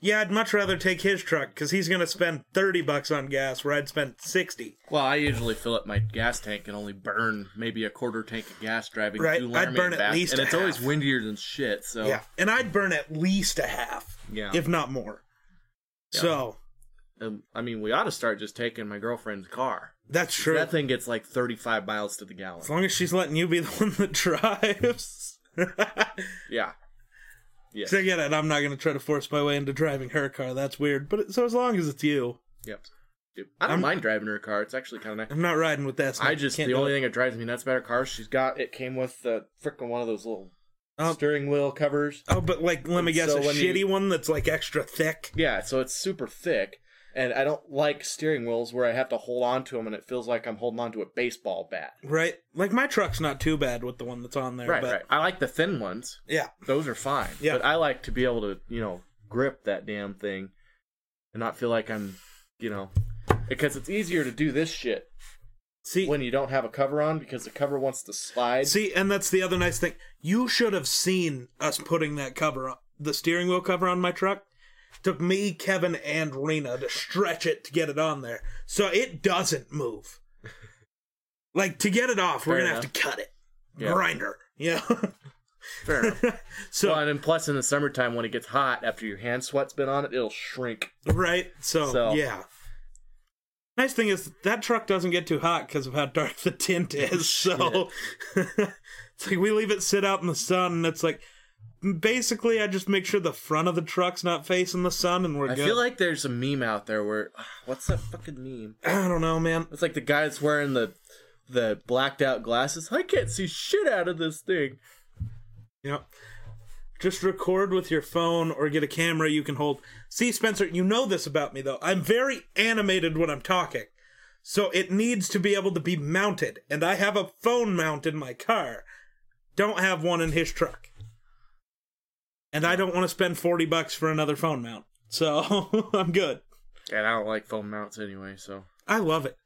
Speaker 1: yeah, I'd much rather take his truck because he's going to spend 30 bucks on gas where I'd spend 60.
Speaker 2: well, I usually fill up my gas tank and only burn maybe a quarter tank of gas driving.
Speaker 1: Right,
Speaker 2: through
Speaker 1: I'd
Speaker 2: Laramie
Speaker 1: burn
Speaker 2: and
Speaker 1: at
Speaker 2: back,
Speaker 1: least
Speaker 2: and
Speaker 1: a
Speaker 2: it's always
Speaker 1: half.
Speaker 2: windier than shit. So
Speaker 1: Yeah. And I'd burn at least a half,
Speaker 2: Yeah.
Speaker 1: if not more. So
Speaker 2: Um, I mean, we ought to start just taking my girlfriend's car.
Speaker 1: That's true.
Speaker 2: That thing gets like 35 miles to the gallon.
Speaker 1: As long as she's letting you be the (laughs) one that
Speaker 2: (laughs)
Speaker 1: drives. Because
Speaker 2: Yeah. Yes.
Speaker 1: I get it. I'm not going to try to force my way into driving her car. That's weird. But it, so as long as it's you,
Speaker 2: Yep. Dude, I don't
Speaker 1: I'm-
Speaker 2: mind driving her car. It's actually kind of nice.
Speaker 1: I'm not riding with that.
Speaker 2: I just the
Speaker 1: do
Speaker 2: only
Speaker 1: it.
Speaker 2: thing that drives me nuts about her car, she's got it came with the frickin' one of those little
Speaker 1: Um,
Speaker 2: steering wheel covers.
Speaker 1: Oh, but like, let me
Speaker 2: And
Speaker 1: guess,
Speaker 2: so
Speaker 1: a
Speaker 2: when you-
Speaker 1: shitty one that's like extra thick.
Speaker 2: Yeah, so it's super thick, and I don't like steering wheels where I have to hold on to them, and it feels like I'm holding on to a baseball bat.
Speaker 1: Right? Like my truck's not too bad with the one that's on there.
Speaker 2: Right,
Speaker 1: but
Speaker 2: right. I like the thin ones;
Speaker 1: Yeah.
Speaker 2: those are fine.
Speaker 1: Yeah.
Speaker 2: But I like to be able to, you know, grip that damn thing, and not feel like I'm, you know, because it's easier to do this shit
Speaker 1: See,
Speaker 2: when you don't have a cover on because the cover wants to slide.
Speaker 1: see, and that's the other nice thing. You should have seen us putting that cover on the steering wheel cover on my truck. Took me, Kevin, and Rena to stretch it to get it on there, so it doesn't
Speaker 2: (laughs)
Speaker 1: move. Like to get it off, we're
Speaker 2: Fair
Speaker 1: gonna have
Speaker 2: enough.
Speaker 1: to cut it,
Speaker 2: Yeah.
Speaker 1: grinder. Yeah. (laughs)
Speaker 2: Fair enough.
Speaker 1: so
Speaker 2: well, and then plus in the summertime when it gets hot after your hand sweat's been on it, it'll shrink.
Speaker 1: Right. So,
Speaker 2: So-
Speaker 1: yeah. Nice thing is that truck doesn't get too hot because of how dark the
Speaker 2: (laughs)
Speaker 1: tint
Speaker 2: Oh,
Speaker 1: is. So (laughs) it's like we leave it sit out in the sun, and it's like basically I just make sure the front of the truck's not facing the sun, and we're
Speaker 2: I
Speaker 1: good.
Speaker 2: feel like there's a meme out there where (sighs) what's that fucking meme?
Speaker 1: I don't know, man.
Speaker 2: It's like the guy that's wearing the the blacked out glasses. I can't see shit out of this thing.
Speaker 1: Yep. Just record with your phone or get a camera you can hold. See, Spencer, you know this about me, though. I'm very animated when I'm talking. So it needs to be able to be mounted. And I have a phone mount in my car. Don't have one in his truck. And I don't want to spend 40 bucks for another phone mount. So (laughs) I'm good.
Speaker 2: And I don't like phone mounts anyway, so
Speaker 1: I love it.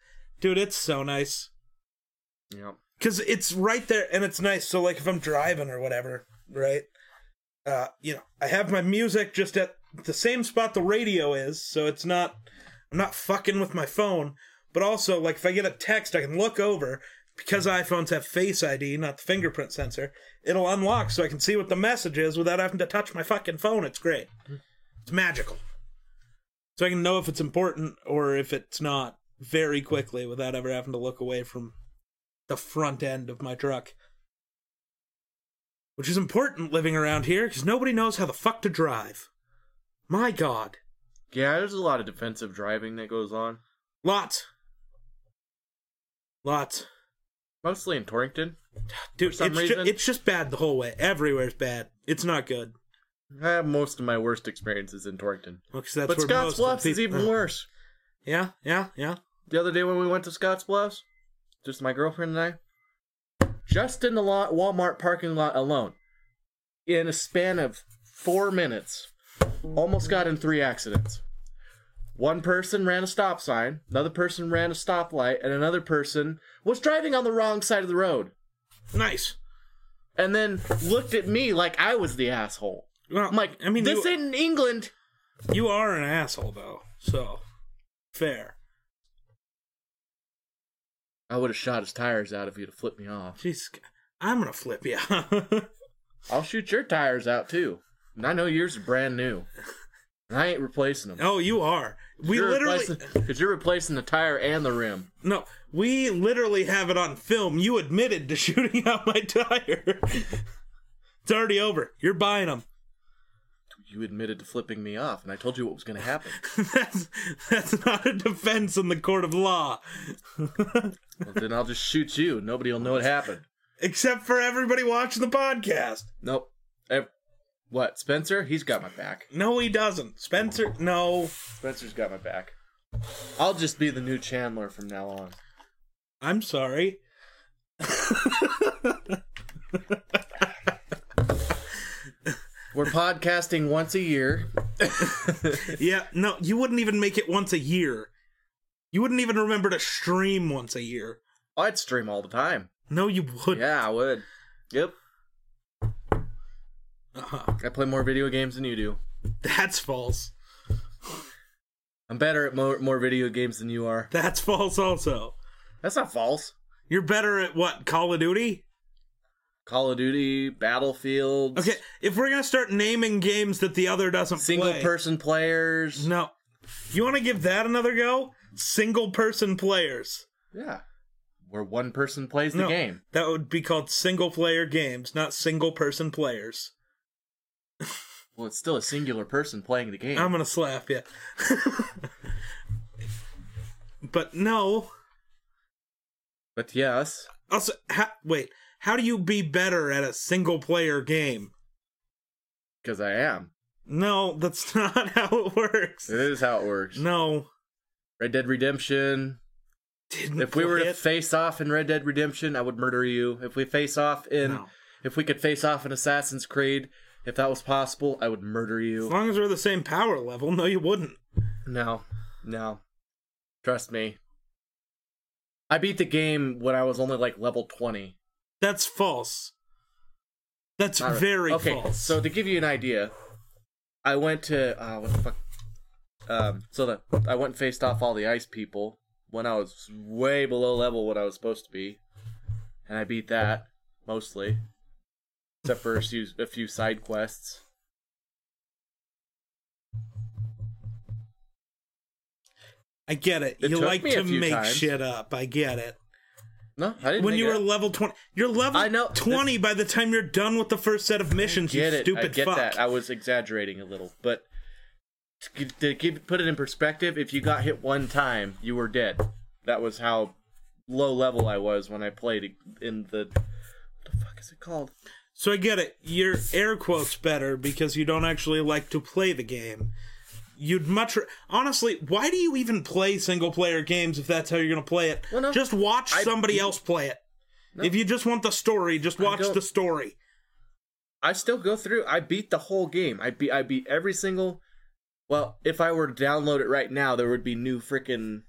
Speaker 1: Dude, it's so nice.
Speaker 2: yeah.
Speaker 1: because it's right there and it's nice so like if i'm driving or whatever right uh you know i have my music just at the same spot the radio is so it's not i'm not fucking with my phone but also like if i get a text i can look over because iphones have face id not the fingerprint sensor it'll unlock so i can see what the message is without having to touch my fucking phone it's great it's magical so i can know if it's important or if it's not very quickly without ever having to look away from the front end of my truck. Which is important living around here because nobody knows how the fuck to drive. My god.
Speaker 2: Yeah, there's a lot of defensive driving that goes on.
Speaker 1: Lots. Lots.
Speaker 2: Mostly in Torrington.
Speaker 1: Dude,
Speaker 2: For some
Speaker 1: it's, ju-
Speaker 2: reason-
Speaker 1: it's just bad the whole way. Everywhere's bad. It's not good.
Speaker 2: I have most of my worst experiences in Torrington.
Speaker 1: Well, 'cause that's
Speaker 2: but
Speaker 1: where
Speaker 2: Scotts
Speaker 1: most of the
Speaker 2: Bluffs is
Speaker 1: people-
Speaker 2: even worse.
Speaker 1: Yeah, yeah, yeah.
Speaker 2: the other day when we went to Scotts Bluffs, just my girlfriend and I, just in the lot, Walmart parking lot alone, in a span of four minutes, almost got in three accidents. One person ran a stop sign, another person ran a stoplight, and another person was driving on the wrong side of the road
Speaker 1: Nice.
Speaker 2: and then looked at me like I was the asshole.
Speaker 1: Well,
Speaker 2: I'm like,
Speaker 1: I mean,
Speaker 2: this
Speaker 1: you,
Speaker 2: isn't England.
Speaker 1: you are an asshole, though. So, fair.
Speaker 2: I would have shot his tires out if he'd have flipped me off.
Speaker 1: Jeez, I'm going to flip you.
Speaker 2: I'll shoot your tires out too. And I know yours are brand new. And I ain't replacing
Speaker 1: (laughs)
Speaker 2: them.
Speaker 1: oh, you are. We
Speaker 2: you're
Speaker 1: literally.
Speaker 2: because you're replacing the tire and the rim.
Speaker 1: No, we literally have it on film. You admitted to (laughs) shooting out my tire. it's already over. You're buying them.
Speaker 2: You admitted to flipping me off, and I told you what was going to happen.
Speaker 1: (laughs) that's that's not a defense in the court of law.
Speaker 2: well, then I'll just shoot you. Nobody will know what happened.
Speaker 1: Except for everybody watching the podcast.
Speaker 2: Nope. Ev- what Spencer? He's got my back.
Speaker 1: No, he doesn't. Spencer, no.
Speaker 2: Spencer's got my back. I'll just be the new Chandler from now on.
Speaker 1: I'm sorry.
Speaker 2: We're podcasting once a year.
Speaker 1: Yeah, no, you wouldn't even make it once a year. You wouldn't even remember to stream once a year.
Speaker 2: Oh, I'd stream all the time.
Speaker 1: No, you would.
Speaker 2: Yeah, I would. Yep.
Speaker 1: Uh-huh.
Speaker 2: I play more video games than you do.
Speaker 1: That's false.
Speaker 2: I'm better at more, more video games than you are.
Speaker 1: That's (laughs) false also.
Speaker 2: That's not false.
Speaker 1: You're better at what? Call of Duty?
Speaker 2: Call of Duty, Battlefield,
Speaker 1: Okay, if we're gonna start naming games that the other doesn't
Speaker 2: single
Speaker 1: play,
Speaker 2: person players.
Speaker 1: no, You want to give that another go? Single person players.
Speaker 2: Yeah. Where one person plays the
Speaker 1: No.
Speaker 2: game.
Speaker 1: That would be called single player games, not single person players.
Speaker 2: Well, it's still a singular person playing the game.
Speaker 1: I'm gonna slap you. (laughs) but no.
Speaker 2: but yes,
Speaker 1: Also, ha- wait. How do you be better at a single player game?
Speaker 2: because I am.
Speaker 1: No, that's (laughs) not how it works.
Speaker 2: It is how it works.
Speaker 1: No,
Speaker 2: Red Dead Redemption.
Speaker 1: didn't.
Speaker 2: If we were
Speaker 1: play
Speaker 2: to
Speaker 1: it.
Speaker 2: face off in Red Dead Redemption, I would murder you. If we face off in,
Speaker 1: No.
Speaker 2: if we could face off in Assassin's Creed, if that was possible, I would murder you.
Speaker 1: as long as we're the same power level, no, you wouldn't.
Speaker 2: No, no. Trust me. I beat the game when I was only like level 20.
Speaker 1: That's false. That's
Speaker 2: Not really-
Speaker 1: very
Speaker 2: okay,
Speaker 1: false.
Speaker 2: So to give you an idea, I went to uh, what the fuck? Um, so that I went and faced off all the ice people when I was way below level what I was supposed to be, and I beat that mostly, except for a few, a few side quests.
Speaker 1: I get it.
Speaker 2: It
Speaker 1: you
Speaker 2: took
Speaker 1: like
Speaker 2: me
Speaker 1: to
Speaker 2: a few
Speaker 1: make
Speaker 2: times.
Speaker 1: shit up. I get it.
Speaker 2: No, I didn't.
Speaker 1: When
Speaker 2: make
Speaker 1: you
Speaker 2: it
Speaker 1: were
Speaker 2: up.
Speaker 1: level twenty, you're level
Speaker 2: I know,
Speaker 1: twenty by the time you're done with the first set of missions.
Speaker 2: get
Speaker 1: you
Speaker 2: it.
Speaker 1: stupid
Speaker 2: I get
Speaker 1: fuck.
Speaker 2: that. I was exaggerating a little, but to, give, to give, put it in perspective, if you got hit one time, you were dead. That was how low level I was when I played in the. What the fuck is it called?
Speaker 1: So I get it. Your air quotes better because you don't actually like to play the game. You'd much r honestly. Why do you even play single player games if that's how you're going to play it?
Speaker 2: Well, no.
Speaker 1: just watch
Speaker 2: I-
Speaker 1: somebody else play it. If you just want the story, just watch
Speaker 2: don't-
Speaker 1: the story.
Speaker 2: I still go through. I beat the whole game. I beat. I beat every single. Well, if I were to download it right now, there would be new freaking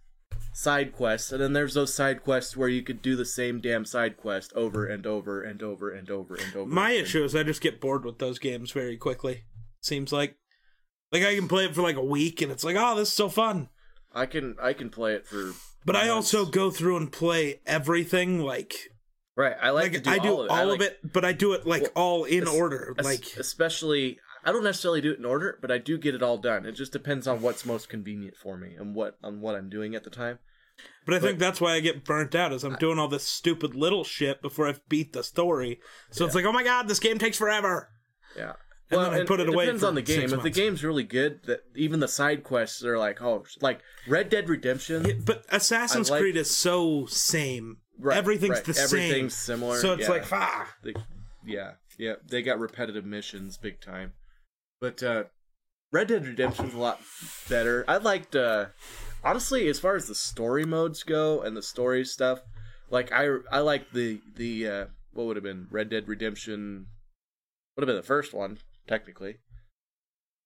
Speaker 2: side quests, and then there's those side quests where you could do the same damn side quest over and over and over and over and over.
Speaker 1: My
Speaker 2: again.
Speaker 1: issue is I just get bored with those games very quickly. Seems like like I can play it for like a week and it's like, "Oh, this is so fun."
Speaker 2: I can I can play it for.
Speaker 1: But I
Speaker 2: months.
Speaker 1: also go through and play everything like
Speaker 2: right. I
Speaker 1: like
Speaker 2: like, to do
Speaker 1: I do
Speaker 2: all of it. I like-
Speaker 1: but I do it like
Speaker 2: Well,
Speaker 1: all in
Speaker 2: es-
Speaker 1: order.
Speaker 2: es-
Speaker 1: Like
Speaker 2: especially I don't necessarily do it in order, but I do get it all done. It just depends on what's most convenient for me and what on what I'm doing at the time.
Speaker 1: But I think that's why I get burnt out is I'm doing all this stupid little shit before I've beat the story. So it's like, oh my god, this game takes forever.
Speaker 2: Yeah.
Speaker 1: And then I put it away
Speaker 2: depends
Speaker 1: for
Speaker 2: on the
Speaker 1: six
Speaker 2: game. If the
Speaker 1: months.
Speaker 2: game's really good, that even the side quests are like, oh, like Red Dead Redemption.
Speaker 1: Yeah, But Assassin's
Speaker 2: I like-
Speaker 1: Creed is so same.
Speaker 2: Right,
Speaker 1: Everything's
Speaker 2: right.
Speaker 1: the same.
Speaker 2: Everything's similar,
Speaker 1: So it's
Speaker 2: yeah.
Speaker 1: like, ah.
Speaker 2: They, yeah, yeah, they got repetitive missions big time. But uh Red Dead Redemption's a lot better. I liked uh honestly as far as the story modes go and the story stuff, like I I like the the uh what would have been Red Dead Redemption would have been the first one technically.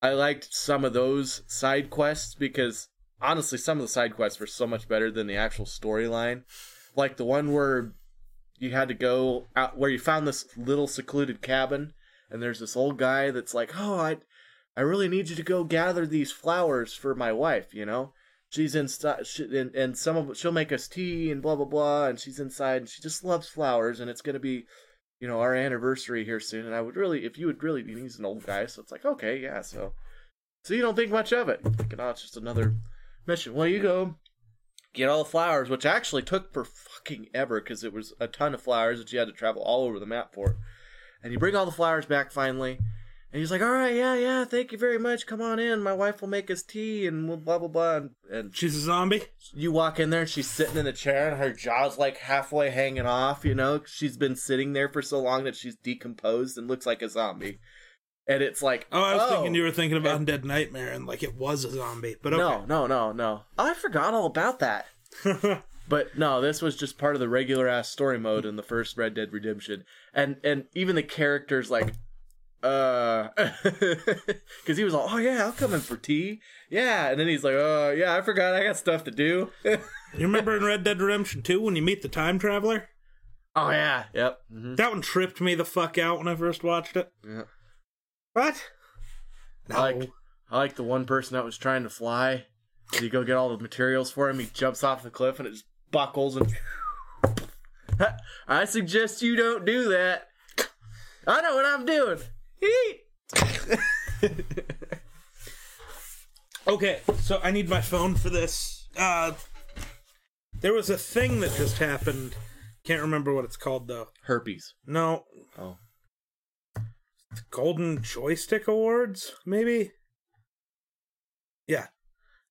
Speaker 2: I liked some of those side quests because honestly some of the side quests were so much better than the actual storyline. Like the one where you had to go out where you found this little secluded cabin and there's this old guy that's like oh i i really need you to go gather these flowers for my wife you know she's inside she, and, and some of she'll make us tea and blah blah blah and she's inside and she just loves flowers and it's going to be you know our anniversary here soon and i would really if you would really he's an old guy so it's like okay yeah so so you don't think much of it thinking oh it's just another mission well you go get all the flowers, which actually took for fucking ever because it was a ton of flowers that you had to travel all over the map for. And you bring all the flowers back finally, and he's like, "All right, yeah, yeah, thank you very much. Come on in. My wife will make us tea and we'll blah blah blah." And, and
Speaker 1: She's a zombie.
Speaker 2: you walk in there, and she's sitting in a chair, and her jaw's like halfway hanging off. You know, she's been sitting there for so long that she's decomposed and looks like a zombie. And it's like,
Speaker 1: Oh, I was thinking you were thinking about Undead Nightmare and like it was a zombie. But okay.
Speaker 2: no, no, no, no. Oh, I forgot all about that. But no, this was just part of the regular ass story mode in the first Red Dead Redemption, and and even the characters like, uh, (laughs) because he was like, oh yeah, I'll come in for tea, yeah, and then he's like, oh yeah, I forgot I got stuff to do. (laughs) oh
Speaker 1: (laughs) you remember in Red Dead Redemption 2 when you meet the time traveler?
Speaker 2: Oh, yeah, yep. Mm-hmm.
Speaker 1: That one tripped me the fuck out when I first watched it.
Speaker 2: Yeah.
Speaker 1: What? No.
Speaker 2: I like I like the one person that was trying to fly. So you go get all the materials for him. He jumps off the cliff and it just buckles and. I suggest you don't do that. I know what I'm doing.
Speaker 1: Okay, so I need my phone for this. Uh, there was a thing that just happened. Can't remember what it's called though.
Speaker 2: Herpes.
Speaker 1: No,
Speaker 2: Oh.
Speaker 1: the Golden Joystick Awards, maybe. Yeah,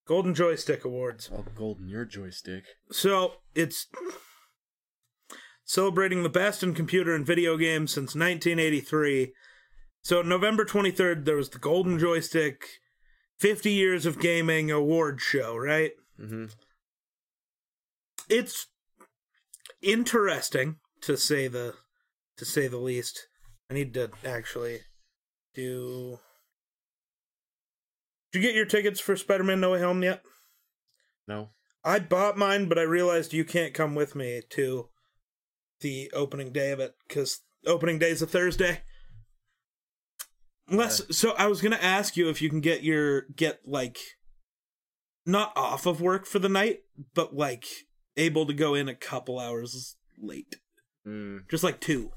Speaker 1: Golden Joystick Awards.
Speaker 2: Well, golden your joystick.
Speaker 1: So it's celebrating the best in computer and video games since 1983. So November 23rd, there was the Golden Joystick 50 Years of Gaming Award Show, right?
Speaker 2: Mm-hmm.
Speaker 1: It's interesting to say the to say the least. I need to actually do. Did you get your tickets for Spider-Man No Way Home yet?
Speaker 2: No.
Speaker 1: I bought mine, but I realized you can't come with me to the opening day of it because opening day is a Thursday. Unless, so I was gonna ask you if you can get your get like not off of work for the night, but like able to go in a couple hours late,
Speaker 2: Mm,
Speaker 1: just like two.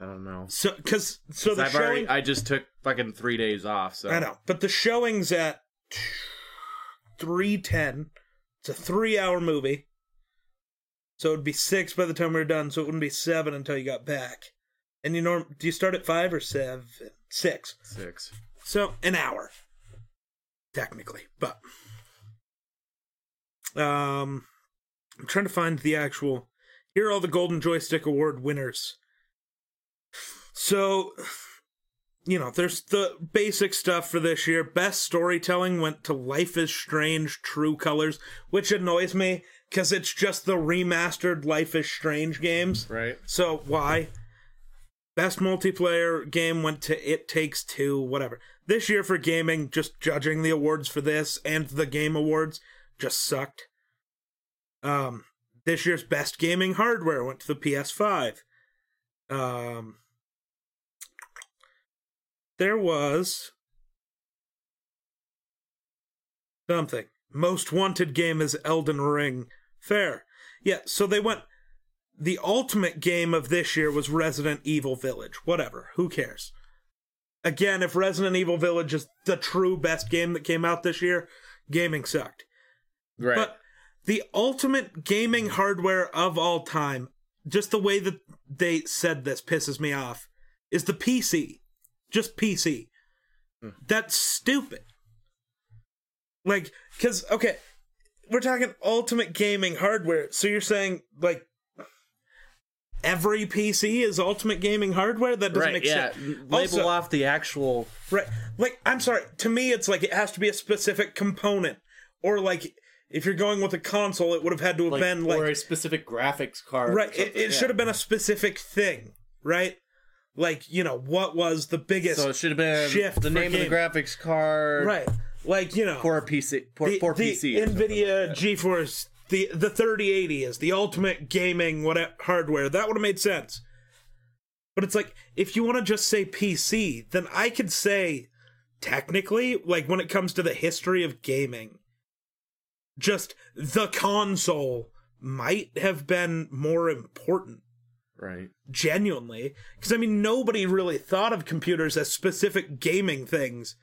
Speaker 2: I don't know.
Speaker 1: So because so the
Speaker 2: I've
Speaker 1: showing,
Speaker 2: already. I just took fucking three days off. So
Speaker 1: I know, but the showing's at three ten. It's a three hour movie, so it'd be six by the time we were done. So it wouldn't be seven until you got back. And you norm do you start at five or seven? Six.
Speaker 2: Six.
Speaker 1: So an hour, technically, but um, I'm trying to find the actual. Here are all the Golden Joystick Award winners. So, you know, there's the basic stuff for this year. Best storytelling went to Life is Strange: True Colors, which annoys me because it's just the remastered Life is Strange games.
Speaker 2: Right.
Speaker 1: So why? Best multiplayer game went to It Takes Two, whatever. This year for gaming, just judging the awards for this and the game awards just sucked. Um, this year's best gaming hardware went to the PS5. Um, there was something. Most wanted game is Elden Ring. Fair. Yeah, so they went the ultimate game of this year was Resident Evil Village. Whatever, who cares? Again, if Resident Evil Village is the true best game that came out this year, gaming sucked.
Speaker 2: Right.
Speaker 1: But the ultimate gaming hardware of all time, just the way that they said this pisses me off, is the PC. Just PC.
Speaker 2: Hmm.
Speaker 1: That's stupid. Like, because, okay, we're talking ultimate gaming hardware. So you're saying, like, every PC is ultimate gaming hardware? That doesn't
Speaker 2: right.
Speaker 1: make
Speaker 2: Yeah.
Speaker 1: sense.
Speaker 2: Label
Speaker 1: Also-
Speaker 2: off the actual.
Speaker 1: Right. Like, I'm sorry. To me, it's like it has to be a specific component. Or, like, if you're going with a console, it would have had to have been like.
Speaker 2: or a specific graphics card. or
Speaker 1: right. It,
Speaker 2: something,
Speaker 1: it
Speaker 2: yeah.
Speaker 1: should have been a specific thing, right? Like, you know, what was the biggest.
Speaker 2: So it should have been
Speaker 1: Shift
Speaker 2: the
Speaker 1: for
Speaker 2: name of
Speaker 1: game.
Speaker 2: the graphics card.
Speaker 1: right. Like, you know.
Speaker 2: Poor PC. Poor,
Speaker 1: the,
Speaker 2: poor
Speaker 1: the
Speaker 2: PC.
Speaker 1: Nvidia GeForce the the 3080 is the ultimate gaming what hardware. That would have made sense. But it's like if you want to just say PC, then I could say technically like when it comes to the history of gaming just the console might have been more important
Speaker 2: Right.
Speaker 1: genuinely because i mean nobody really thought of computers as specific gaming things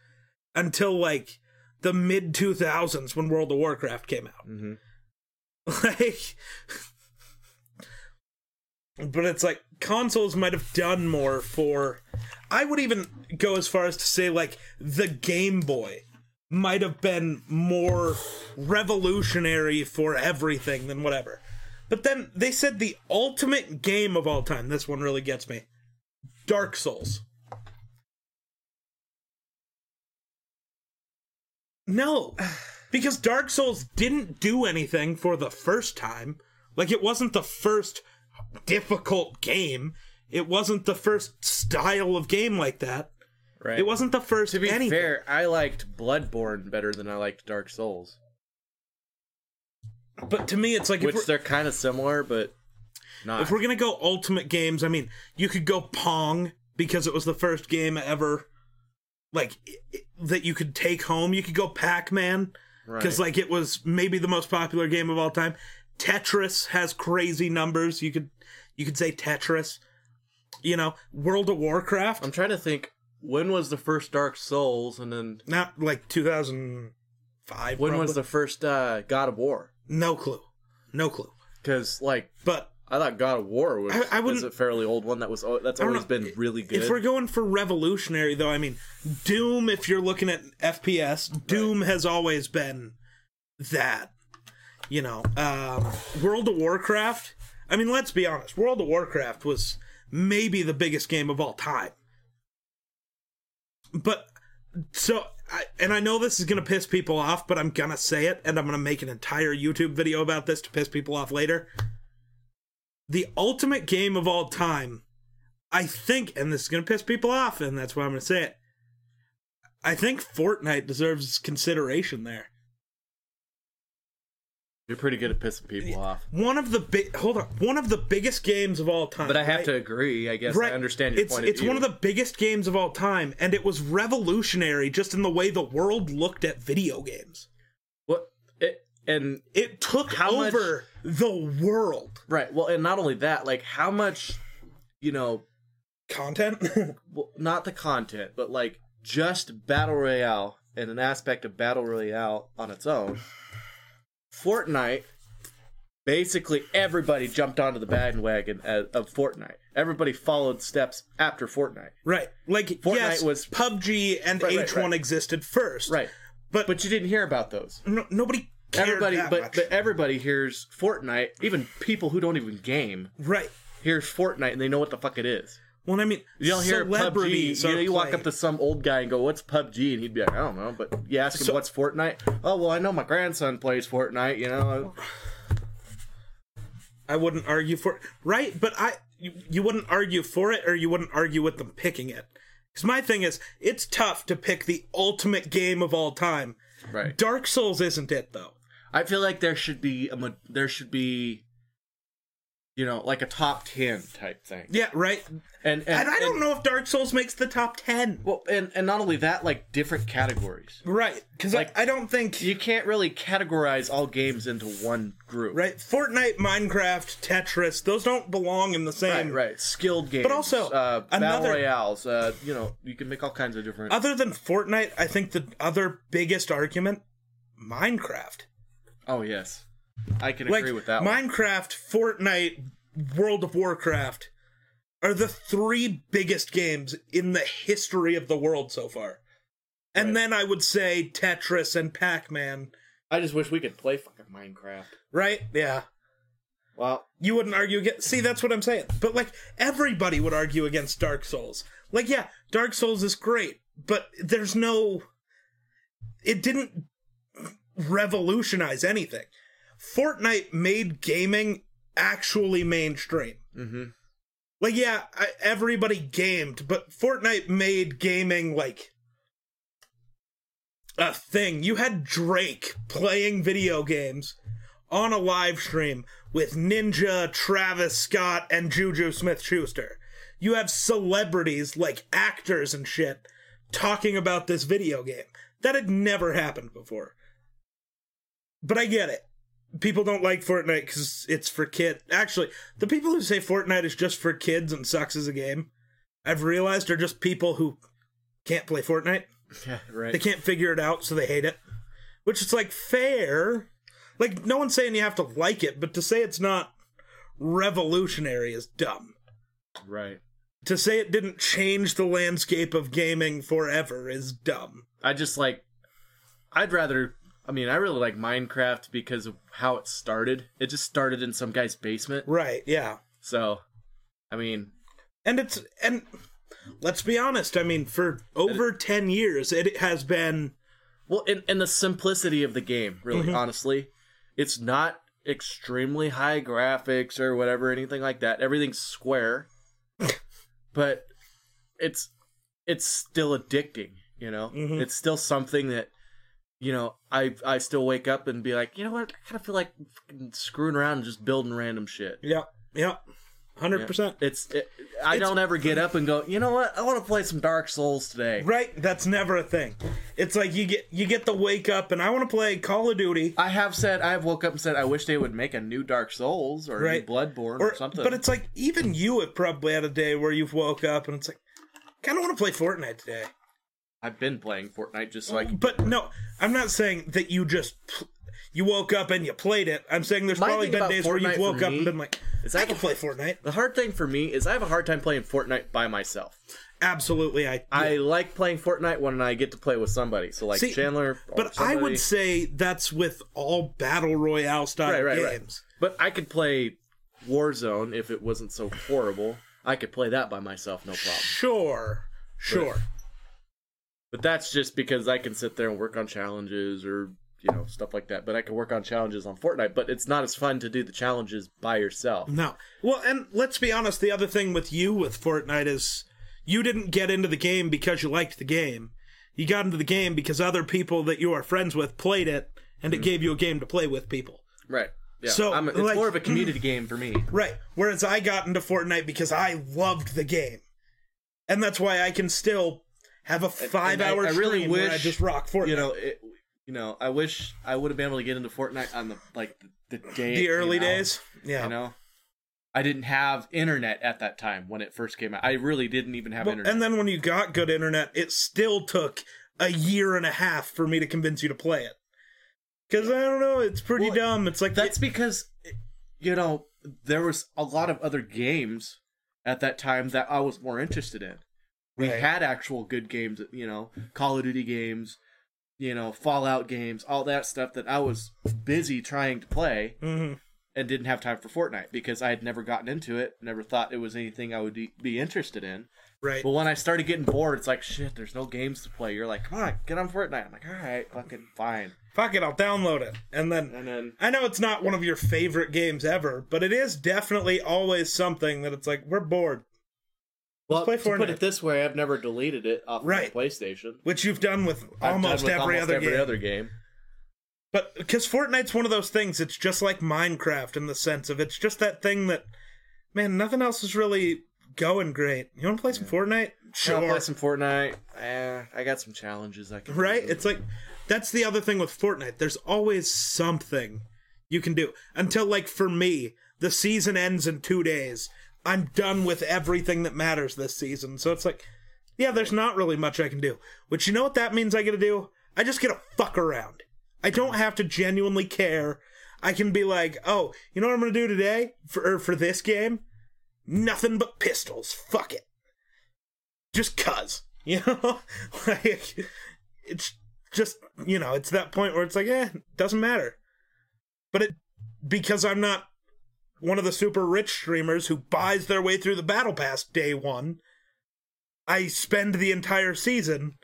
Speaker 1: until like the mid 2000s when world of warcraft came out
Speaker 2: Mm-hmm.
Speaker 1: (laughs) like but it's like consoles might have done more for i would even go as far as to say like the game boy might have been more revolutionary for everything than whatever but then they said the ultimate game of all time this one really gets me dark souls no because Dark Souls didn't do anything for the first time. Like it wasn't the first difficult game. It wasn't the first style of game like that.
Speaker 2: Right.
Speaker 1: It wasn't the first
Speaker 2: To be
Speaker 1: anything.
Speaker 2: fair, I liked Bloodborne better than I liked Dark Souls,
Speaker 1: But to me, it's like if
Speaker 2: which
Speaker 1: we're,
Speaker 2: they're kind of similar, but not.
Speaker 1: if we're gonna go ultimate games, I mean, you could go Pong because it was the first game ever, like i- i- that you could take home. You could go Pac Man because like it was maybe the most popular game of all time. Tetris has crazy numbers. You could you could say Tetris. You know, World of Warcraft.
Speaker 2: I'm trying to think when was the first Dark Souls, and then
Speaker 1: Not like 2005.
Speaker 2: when was
Speaker 1: probably.
Speaker 2: the first uh, God of War?
Speaker 1: No clue. No clue.
Speaker 2: Because like
Speaker 1: But
Speaker 2: I thought God of War was
Speaker 1: I- I
Speaker 2: was
Speaker 1: wouldn't-
Speaker 2: a fairly old one that was al- that's
Speaker 1: I don't
Speaker 2: always
Speaker 1: know.
Speaker 2: been really good.
Speaker 1: if we're going for revolutionary, though, I mean, Doom, if you're looking at FPS, Doom has always been that. You know, um, World of Warcraft. I mean, let's be honest. World of Warcraft was maybe the biggest game of all time. But so, I, and I know this is going to piss people off, but I'm going to say it, and I'm going to make an entire YouTube video about this to piss people off later. The ultimate game of all time I think, and this is going to piss people off, and that's why I'm going to say it. I think Fortnite deserves consideration there.
Speaker 2: You're pretty good at pissing people off.
Speaker 1: One of the big, hold on, one of the biggest games of all time.
Speaker 2: But I have
Speaker 1: right?
Speaker 2: to agree. I guess I understand your
Speaker 1: it's,
Speaker 2: point.
Speaker 1: It's one of the biggest games of all time, and it was revolutionary just in the way the world looked at video games.
Speaker 2: what it, and
Speaker 1: It took
Speaker 2: How much-
Speaker 1: over the world.
Speaker 2: right. Well, and not only that, like how much you know,
Speaker 1: Content? (laughs)
Speaker 2: well, not the content, but like just battle royale and an aspect of battle royale on its own. Fortnite, basically everybody jumped onto the bandwagon of of Fortnite. Everybody followed steps after Fortnite.
Speaker 1: right. Like,
Speaker 2: Fortnite
Speaker 1: yes,
Speaker 2: was-
Speaker 1: PUBG and
Speaker 2: Right, right,
Speaker 1: H1
Speaker 2: right.
Speaker 1: existed first.
Speaker 2: Right.
Speaker 1: But,
Speaker 2: But you didn't hear about those.
Speaker 1: no, nobody cared
Speaker 2: Everybody,
Speaker 1: that
Speaker 2: but,
Speaker 1: much.
Speaker 2: but everybody hears Fortnite. Even people who don't even game
Speaker 1: right.
Speaker 2: hear Fortnite and they know what the fuck it is.
Speaker 1: Well, I mean,
Speaker 2: You don't hear
Speaker 1: celebrities
Speaker 2: PUBG. You,
Speaker 1: are
Speaker 2: know, you walk
Speaker 1: playing.
Speaker 2: up to some old guy and go, "What's PUBG?" And he'd be like, "I don't know." But you ask him,
Speaker 1: So-
Speaker 2: "What's Fortnite?" Oh, well, I know my grandson plays Fortnite. You know,
Speaker 1: I wouldn't argue for right, but I you, you wouldn't argue for it, or you wouldn't argue with them picking it. Because my thing is, it's tough to pick the ultimate game of all time.
Speaker 2: right?
Speaker 1: Dark Souls isn't it though.
Speaker 2: I feel like there should be a mo- there should be, you know, like a top ten type thing.
Speaker 1: Yeah, right.
Speaker 2: And and,
Speaker 1: And I don't
Speaker 2: and-
Speaker 1: know if Dark Souls makes the top ten.
Speaker 2: Well, and and not only that, like different categories.
Speaker 1: Right, because
Speaker 2: Like-
Speaker 1: I, I don't think
Speaker 2: You can't really categorize all games into one group.
Speaker 1: right Fortnite, Minecraft, Tetris, those don't belong in the
Speaker 2: Right,
Speaker 1: same.
Speaker 2: right. Skilled games,
Speaker 1: also,
Speaker 2: uh, battle
Speaker 1: another-
Speaker 2: royales. Uh, you know, you can make all kinds of different.
Speaker 1: Other than Fortnite, I think the other biggest argument, Minecraft.
Speaker 2: Oh yes, I can
Speaker 1: like
Speaker 2: agree with that. one.
Speaker 1: Minecraft, Fortnite, World of Warcraft are the three biggest games in the history of the world so far. And
Speaker 2: Right.
Speaker 1: then I would say Tetris and Pac-Man,
Speaker 2: I just wish we could play fucking Minecraft.
Speaker 1: right? Yeah.
Speaker 2: Well,
Speaker 1: You wouldn't argue against See, that's what I'm saying. But like everybody would argue against Dark Souls. Like yeah, Dark Souls is great, but there's no it didn't revolutionize anything. Fortnite made gaming actually mainstream.
Speaker 2: mm-hmm.
Speaker 1: Like, yeah, I, everybody gamed, but Fortnite made gaming like a thing. You had Drake playing video games on a live stream with Ninja, Travis Scott, and Juju Smith Schuster. You have celebrities like actors and shit talking about this video game. That had never happened before. But I get it people don't like Fortnite because it's for kid. Actually, the people who say Fortnite is just for kids and sucks as a game, I've realized are just people who can't play Fortnite.
Speaker 2: yeah, (laughs) right.
Speaker 1: They can't figure it out, so they hate it. Which is like fair. Like no one's saying you have to like it, but to say it's not revolutionary is dumb.
Speaker 2: Right.
Speaker 1: To say it didn't change the landscape of gaming forever is dumb.
Speaker 2: I just like. I'd rather. I mean, I really like Minecraft because of how it started. It just started in some guy's basement.
Speaker 1: Right, yeah.
Speaker 2: So, I mean,
Speaker 1: and it's and let's be honest i mean for over 10 years it has been
Speaker 2: well, and, and the simplicity of the game, really, honestly, it's not extremely high graphics or whatever, anything like that. Everything's square, but it's it's still addicting. You know,
Speaker 1: Mhm.
Speaker 2: it's still something that you know I I still wake up and be like, you know what, I kind of feel like fucking screwing around and just building random shit.
Speaker 1: yep yep 100%
Speaker 2: It's it, I
Speaker 1: It's-
Speaker 2: don't ever get up and go, you know what, I want to play some Dark Souls today.
Speaker 1: right that's never a thing it's like you get you get the wake up and i want to play call of duty
Speaker 2: I have said I have woke up and said I wish they would make a new Dark Souls or a new
Speaker 1: Right.
Speaker 2: Bloodborne or,
Speaker 1: or
Speaker 2: something.
Speaker 1: but it's like even you have probably had a day where you've woke up and it's like kind of want to play Fortnite today.
Speaker 2: I've been playing Fortnite just so I can.
Speaker 1: But no, I'm not saying that you just pl- you woke up and you played it. I'm saying there's
Speaker 2: My
Speaker 1: probably
Speaker 2: thing
Speaker 1: been
Speaker 2: about
Speaker 1: days where
Speaker 2: Fortnite
Speaker 1: you've
Speaker 2: for
Speaker 1: woke up
Speaker 2: me
Speaker 1: and been like,
Speaker 2: is I
Speaker 1: I can
Speaker 2: have-
Speaker 1: play Fortnite.
Speaker 2: The hard thing for me is I have a hard time playing Fortnite by myself.
Speaker 1: Absolutely, I.
Speaker 2: I like playing Fortnite when I get to play with somebody. So like
Speaker 1: See,
Speaker 2: Chandler, or
Speaker 1: but I
Speaker 2: somebody.
Speaker 1: would say that's with all battle royale style
Speaker 2: right, right, right.
Speaker 1: games.
Speaker 2: But I could play Warzone if it wasn't so horrible. I could play that by myself, no problem.
Speaker 1: Sure, sure.
Speaker 2: But that's just because I can sit there and work on challenges or you know stuff like that. But I can work on challenges on Fortnite. But it's not as fun to do the challenges by yourself.
Speaker 1: No. Well, and let's be honest, the other thing with you with Fortnite is you didn't get into the game because you liked the game. You got into the game because other people that you are friends with played it and
Speaker 2: Mm.
Speaker 1: it gave you a game to play with people.
Speaker 2: Right. Yeah.
Speaker 1: So,
Speaker 2: I'm, it's
Speaker 1: like-
Speaker 2: more of a community game for me.
Speaker 1: Right. Whereas I got into Fortnite because I loved the game. And that's why I can still have a five
Speaker 2: and I-
Speaker 1: hour
Speaker 2: I really
Speaker 1: stream where I
Speaker 2: wish,
Speaker 1: just rock Fortnite.
Speaker 2: You know. It, you know. I wish I would have been able to get into Fortnite on the like the, the day. it
Speaker 1: the
Speaker 2: came
Speaker 1: early
Speaker 2: out.
Speaker 1: days. Yeah.
Speaker 2: You know. I didn't have internet at that time when it first came out. I really didn't even have
Speaker 1: Well,
Speaker 2: internet.
Speaker 1: and then when you got good internet, it still took a year and a half for me to convince you to play it. Because I don't know, it's pretty
Speaker 2: Well,
Speaker 1: dumb. It's like
Speaker 2: That's because, you know, there was a lot of other games at that time that I was more interested in. We
Speaker 1: Right.
Speaker 2: had actual good games, you know, Call of Duty games, you know, Fallout games, all that stuff that I was busy trying to play
Speaker 1: Mhm.
Speaker 2: and didn't have time for Fortnite because I had never gotten into it, never thought it was anything I would be- be interested in.
Speaker 1: right.
Speaker 2: But when I started getting bored, it's like, shit, there's no games to play. You're like, come on, get on Fortnite. I'm like, all right, fucking fine.
Speaker 1: Fuck it, I'll download it. And then
Speaker 2: And then
Speaker 1: I know it's not one of your favorite games ever, but it is definitely always something that it's like we're bored,
Speaker 2: Well,
Speaker 1: play
Speaker 2: to put
Speaker 1: Fortnite.
Speaker 2: it this way, I've never deleted it off
Speaker 1: Right.
Speaker 2: of my PlayStation.
Speaker 1: which you've done with
Speaker 2: I've done
Speaker 1: almost
Speaker 2: with
Speaker 1: every
Speaker 2: almost
Speaker 1: other
Speaker 2: every
Speaker 1: game.
Speaker 2: other game.
Speaker 1: But because Fortnite's one of those things, it's just like Minecraft in the sense of it's just that thing that, man, nothing else is really going great. You want to play some Fortnite?
Speaker 2: I'll play some Fortnite. Eh, I got some challenges I can
Speaker 1: right?
Speaker 2: do.
Speaker 1: It's like that's the other thing with Fortnite. There's always something you can do until, like, for me, the season ends in two days. I'm done with everything that matters this season. So it's like, yeah, there's not really much I can do. Which you know what that means I gotta do? I just gotta fuck around. I don't have to genuinely care. I can be like, oh, you know what I'm gonna do today for or for this game? Nothing but pistols. Fuck it. Just cuz. (laughs) You know? like it's just you know it's that point where it's like eh doesn't matter but it because i'm not one of the super rich streamers who buys their way through the battle pass day one i spend the entire season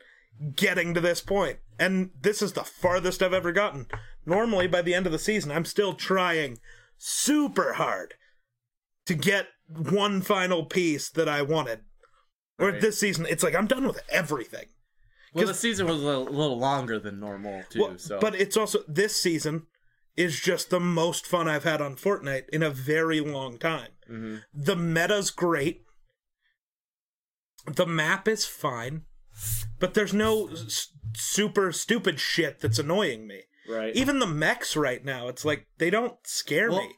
Speaker 1: getting to this point and this is the farthest i've ever gotten normally by the end of the season i'm still trying super hard to get one final piece that i wanted Where
Speaker 2: Right.
Speaker 1: this season it's like i'm done with everything
Speaker 2: well,
Speaker 1: 'cause-
Speaker 2: the season was a little, little longer than normal too.
Speaker 1: well,
Speaker 2: so,
Speaker 1: But it's also this season is just the most fun I've had on Fortnite in a very long time.
Speaker 2: Mhm.
Speaker 1: The meta's great. The map is fine, but there's no s- super stupid shit that's annoying me.
Speaker 2: right.
Speaker 1: Even the mechs right now, it's like they don't scare
Speaker 2: Well,
Speaker 1: me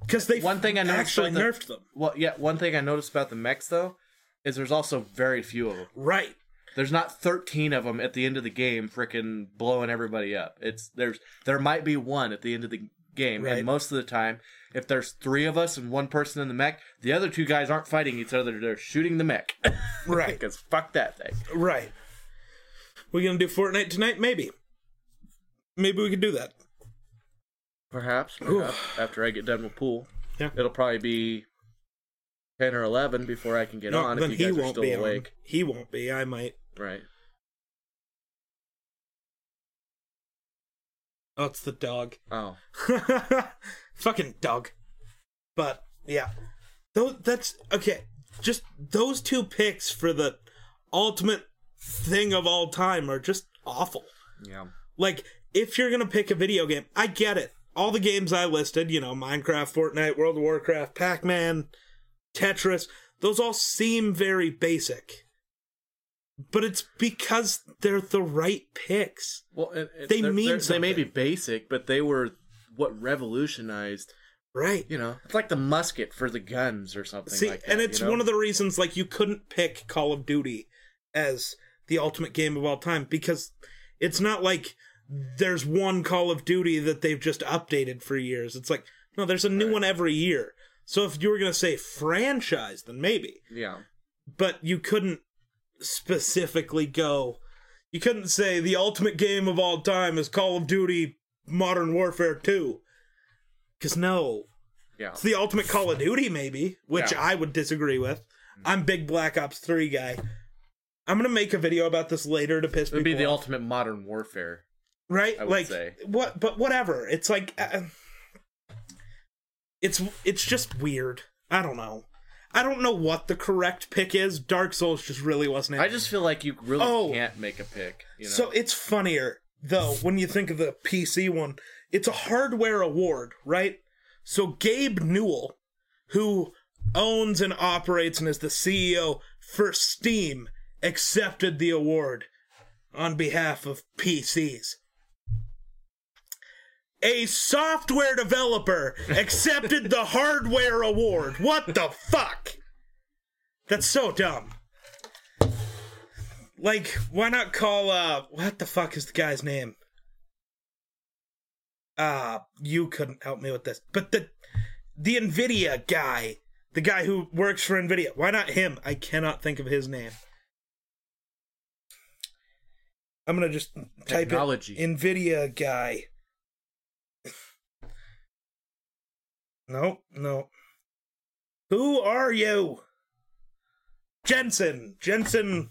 Speaker 1: because they
Speaker 2: one thing I noticed
Speaker 1: actually
Speaker 2: about the-
Speaker 1: nerfed them.
Speaker 2: well, yeah. One thing I noticed about the mechs though is there's also very few of them.
Speaker 1: Right.
Speaker 2: There's not 13 of them at the end of the game, freaking blowing everybody up. It's there's there might be one at the end of the game,
Speaker 1: Right.
Speaker 2: and most of the time, if there's three of us and one person in the mech, the other two guys aren't fighting each other; they're shooting the mech. (laughs)
Speaker 1: Right.
Speaker 2: Because fuck that thing.
Speaker 1: (laughs) Right. We gonna do Fortnite tonight? Maybe. Maybe we could do that.
Speaker 2: Perhaps, perhaps after I get done with pool,
Speaker 1: Yeah.
Speaker 2: it'll probably be ten or eleven before I can get on. If you guys are
Speaker 1: be
Speaker 2: still
Speaker 1: on.
Speaker 2: awake,
Speaker 1: He won't be. I might.
Speaker 2: right?
Speaker 1: Oh, it's the dog. (laughs)
Speaker 2: Oh,
Speaker 1: Fucking dog. But yeah, those that's okay. Just those two picks for the ultimate thing of all time are just awful.
Speaker 2: yeah.
Speaker 1: Like, if you're gonna pick a video game, I get it. All the games I listed, you know, Minecraft, Fortnite, World of Warcraft, Pac Man, Tetris, those all seem very basic. But it's because they're the right picks.
Speaker 2: Well, and, and
Speaker 1: They
Speaker 2: they're-
Speaker 1: mean
Speaker 2: they're- they may be
Speaker 1: something.
Speaker 2: basic, but they were what revolutionized.
Speaker 1: Right.
Speaker 2: You know, it's like the musket for the guns or something.
Speaker 1: See,
Speaker 2: like that,
Speaker 1: and it's
Speaker 2: you know?
Speaker 1: one of the reasons like you couldn't pick Call of Duty as the ultimate game of all time because it's not like there's one Call of Duty that they've just updated for years. It's like, no, there's a new
Speaker 2: Right.
Speaker 1: one every year. So if you were going to say franchise, then maybe.
Speaker 2: Yeah.
Speaker 1: But you couldn't specifically go. You couldn't say the ultimate game of all time is Call of Duty Modern Warfare 2. Because no,
Speaker 2: Yeah.
Speaker 1: it's the ultimate Call of Duty, maybe, which
Speaker 2: Yeah.
Speaker 1: I would disagree with. I'm big Black Ops Three guy. I'm gonna make a video about this later to piss
Speaker 2: It would be
Speaker 1: people
Speaker 2: the
Speaker 1: off,
Speaker 2: ultimate modern warfare.
Speaker 1: right?
Speaker 2: I would
Speaker 1: like
Speaker 2: say.
Speaker 1: what? But whatever. It's like uh, it's it's just weird. I don't know. I don't know what the correct pick is. Dark Souls just really wasn't it.
Speaker 2: I just feel like you really
Speaker 1: Oh.
Speaker 2: can't make a pick. You know?
Speaker 1: So it's funnier though when you think of the PC one. It's a hardware award, right? So Gabe Newell, who owns and operates and is the CEO for Steam, accepted the award on behalf of PCs. A software developer accepted the hardware award. What the fuck? That's so dumb. Like, why not call uh what the fuck is the guy's name? Uh you couldn't help me with this. But the the Nvidia guy, the guy who works for Nvidia, why not him? I cannot think of his name. I'm gonna just type
Speaker 2: Technology.
Speaker 1: it Nvidia guy. (laughs) Nope, no. Who are you? Jensen. Jensen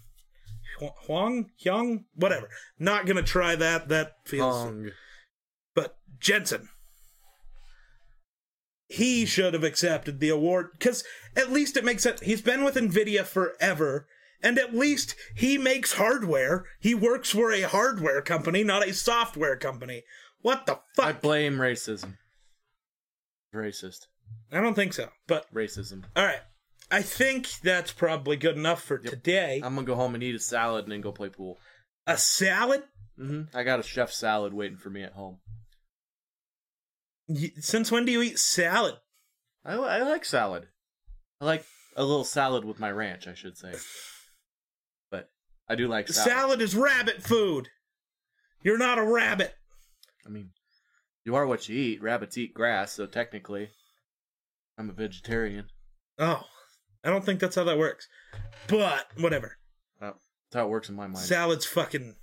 Speaker 1: Hu- Huang? Hyung? Whatever. Not gonna try that. That feels
Speaker 2: Pong.
Speaker 1: but Jensen. He should have accepted the award because at least it makes sense. He's been with NVIDIA forever, and at least he makes hardware. He works for a hardware company, not a software company. What the
Speaker 2: I
Speaker 1: fuck?
Speaker 2: blame racism. Racist.
Speaker 1: I don't think so. But,
Speaker 2: Racism.
Speaker 1: all right. I think that's probably good enough for today.
Speaker 2: I'm gonna go home and eat a salad and then go play pool.
Speaker 1: a salad?
Speaker 2: hmm
Speaker 1: Mm-hmm.
Speaker 2: I got a chef salad waiting for me at home.
Speaker 1: Y- Since when do you eat salad?
Speaker 2: I, I like salad. I like a little salad with my ranch, I should say. But I do like salad.
Speaker 1: Salad is rabbit food. You're not a rabbit.
Speaker 2: I mean, you are what you eat. Rabbits eat grass, so technically, I'm a vegetarian.
Speaker 1: Oh, I don't think that's how that works. But whatever.
Speaker 2: That's how it works in my mind.
Speaker 1: Salad's fucking.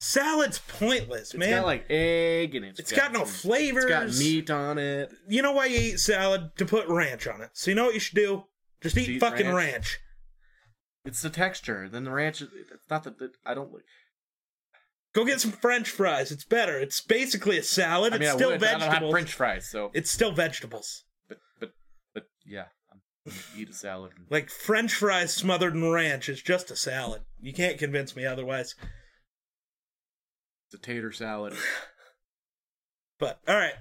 Speaker 1: Salad's pointless,
Speaker 2: It's
Speaker 1: man.
Speaker 2: got like egg and it's
Speaker 1: it's got, no
Speaker 2: some-
Speaker 1: flavors.
Speaker 2: It's got meat on it.
Speaker 1: You know why you eat salad? To put ranch on it. So you know what you should do? Just eat,
Speaker 2: Eat
Speaker 1: fucking ranch.
Speaker 2: ranch. It's the texture. Then the ranch. Is, it's not that I don't.
Speaker 1: Go get some French fries. It's better. It's basically a salad.
Speaker 2: I mean,
Speaker 1: it's
Speaker 2: I
Speaker 1: still
Speaker 2: would. but I
Speaker 1: vegetables.
Speaker 2: don't have French fries, so.
Speaker 1: It's still vegetables.
Speaker 2: But but but yeah, I'm gonna eat a salad. And,
Speaker 1: Like French fries smothered in ranch is just a salad. You can't convince me otherwise.
Speaker 2: it's a tater salad.
Speaker 1: But all right.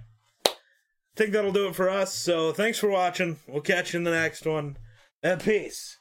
Speaker 1: I think that'll do it for us. So thanks for watching. We'll catch you in the next one. And peace.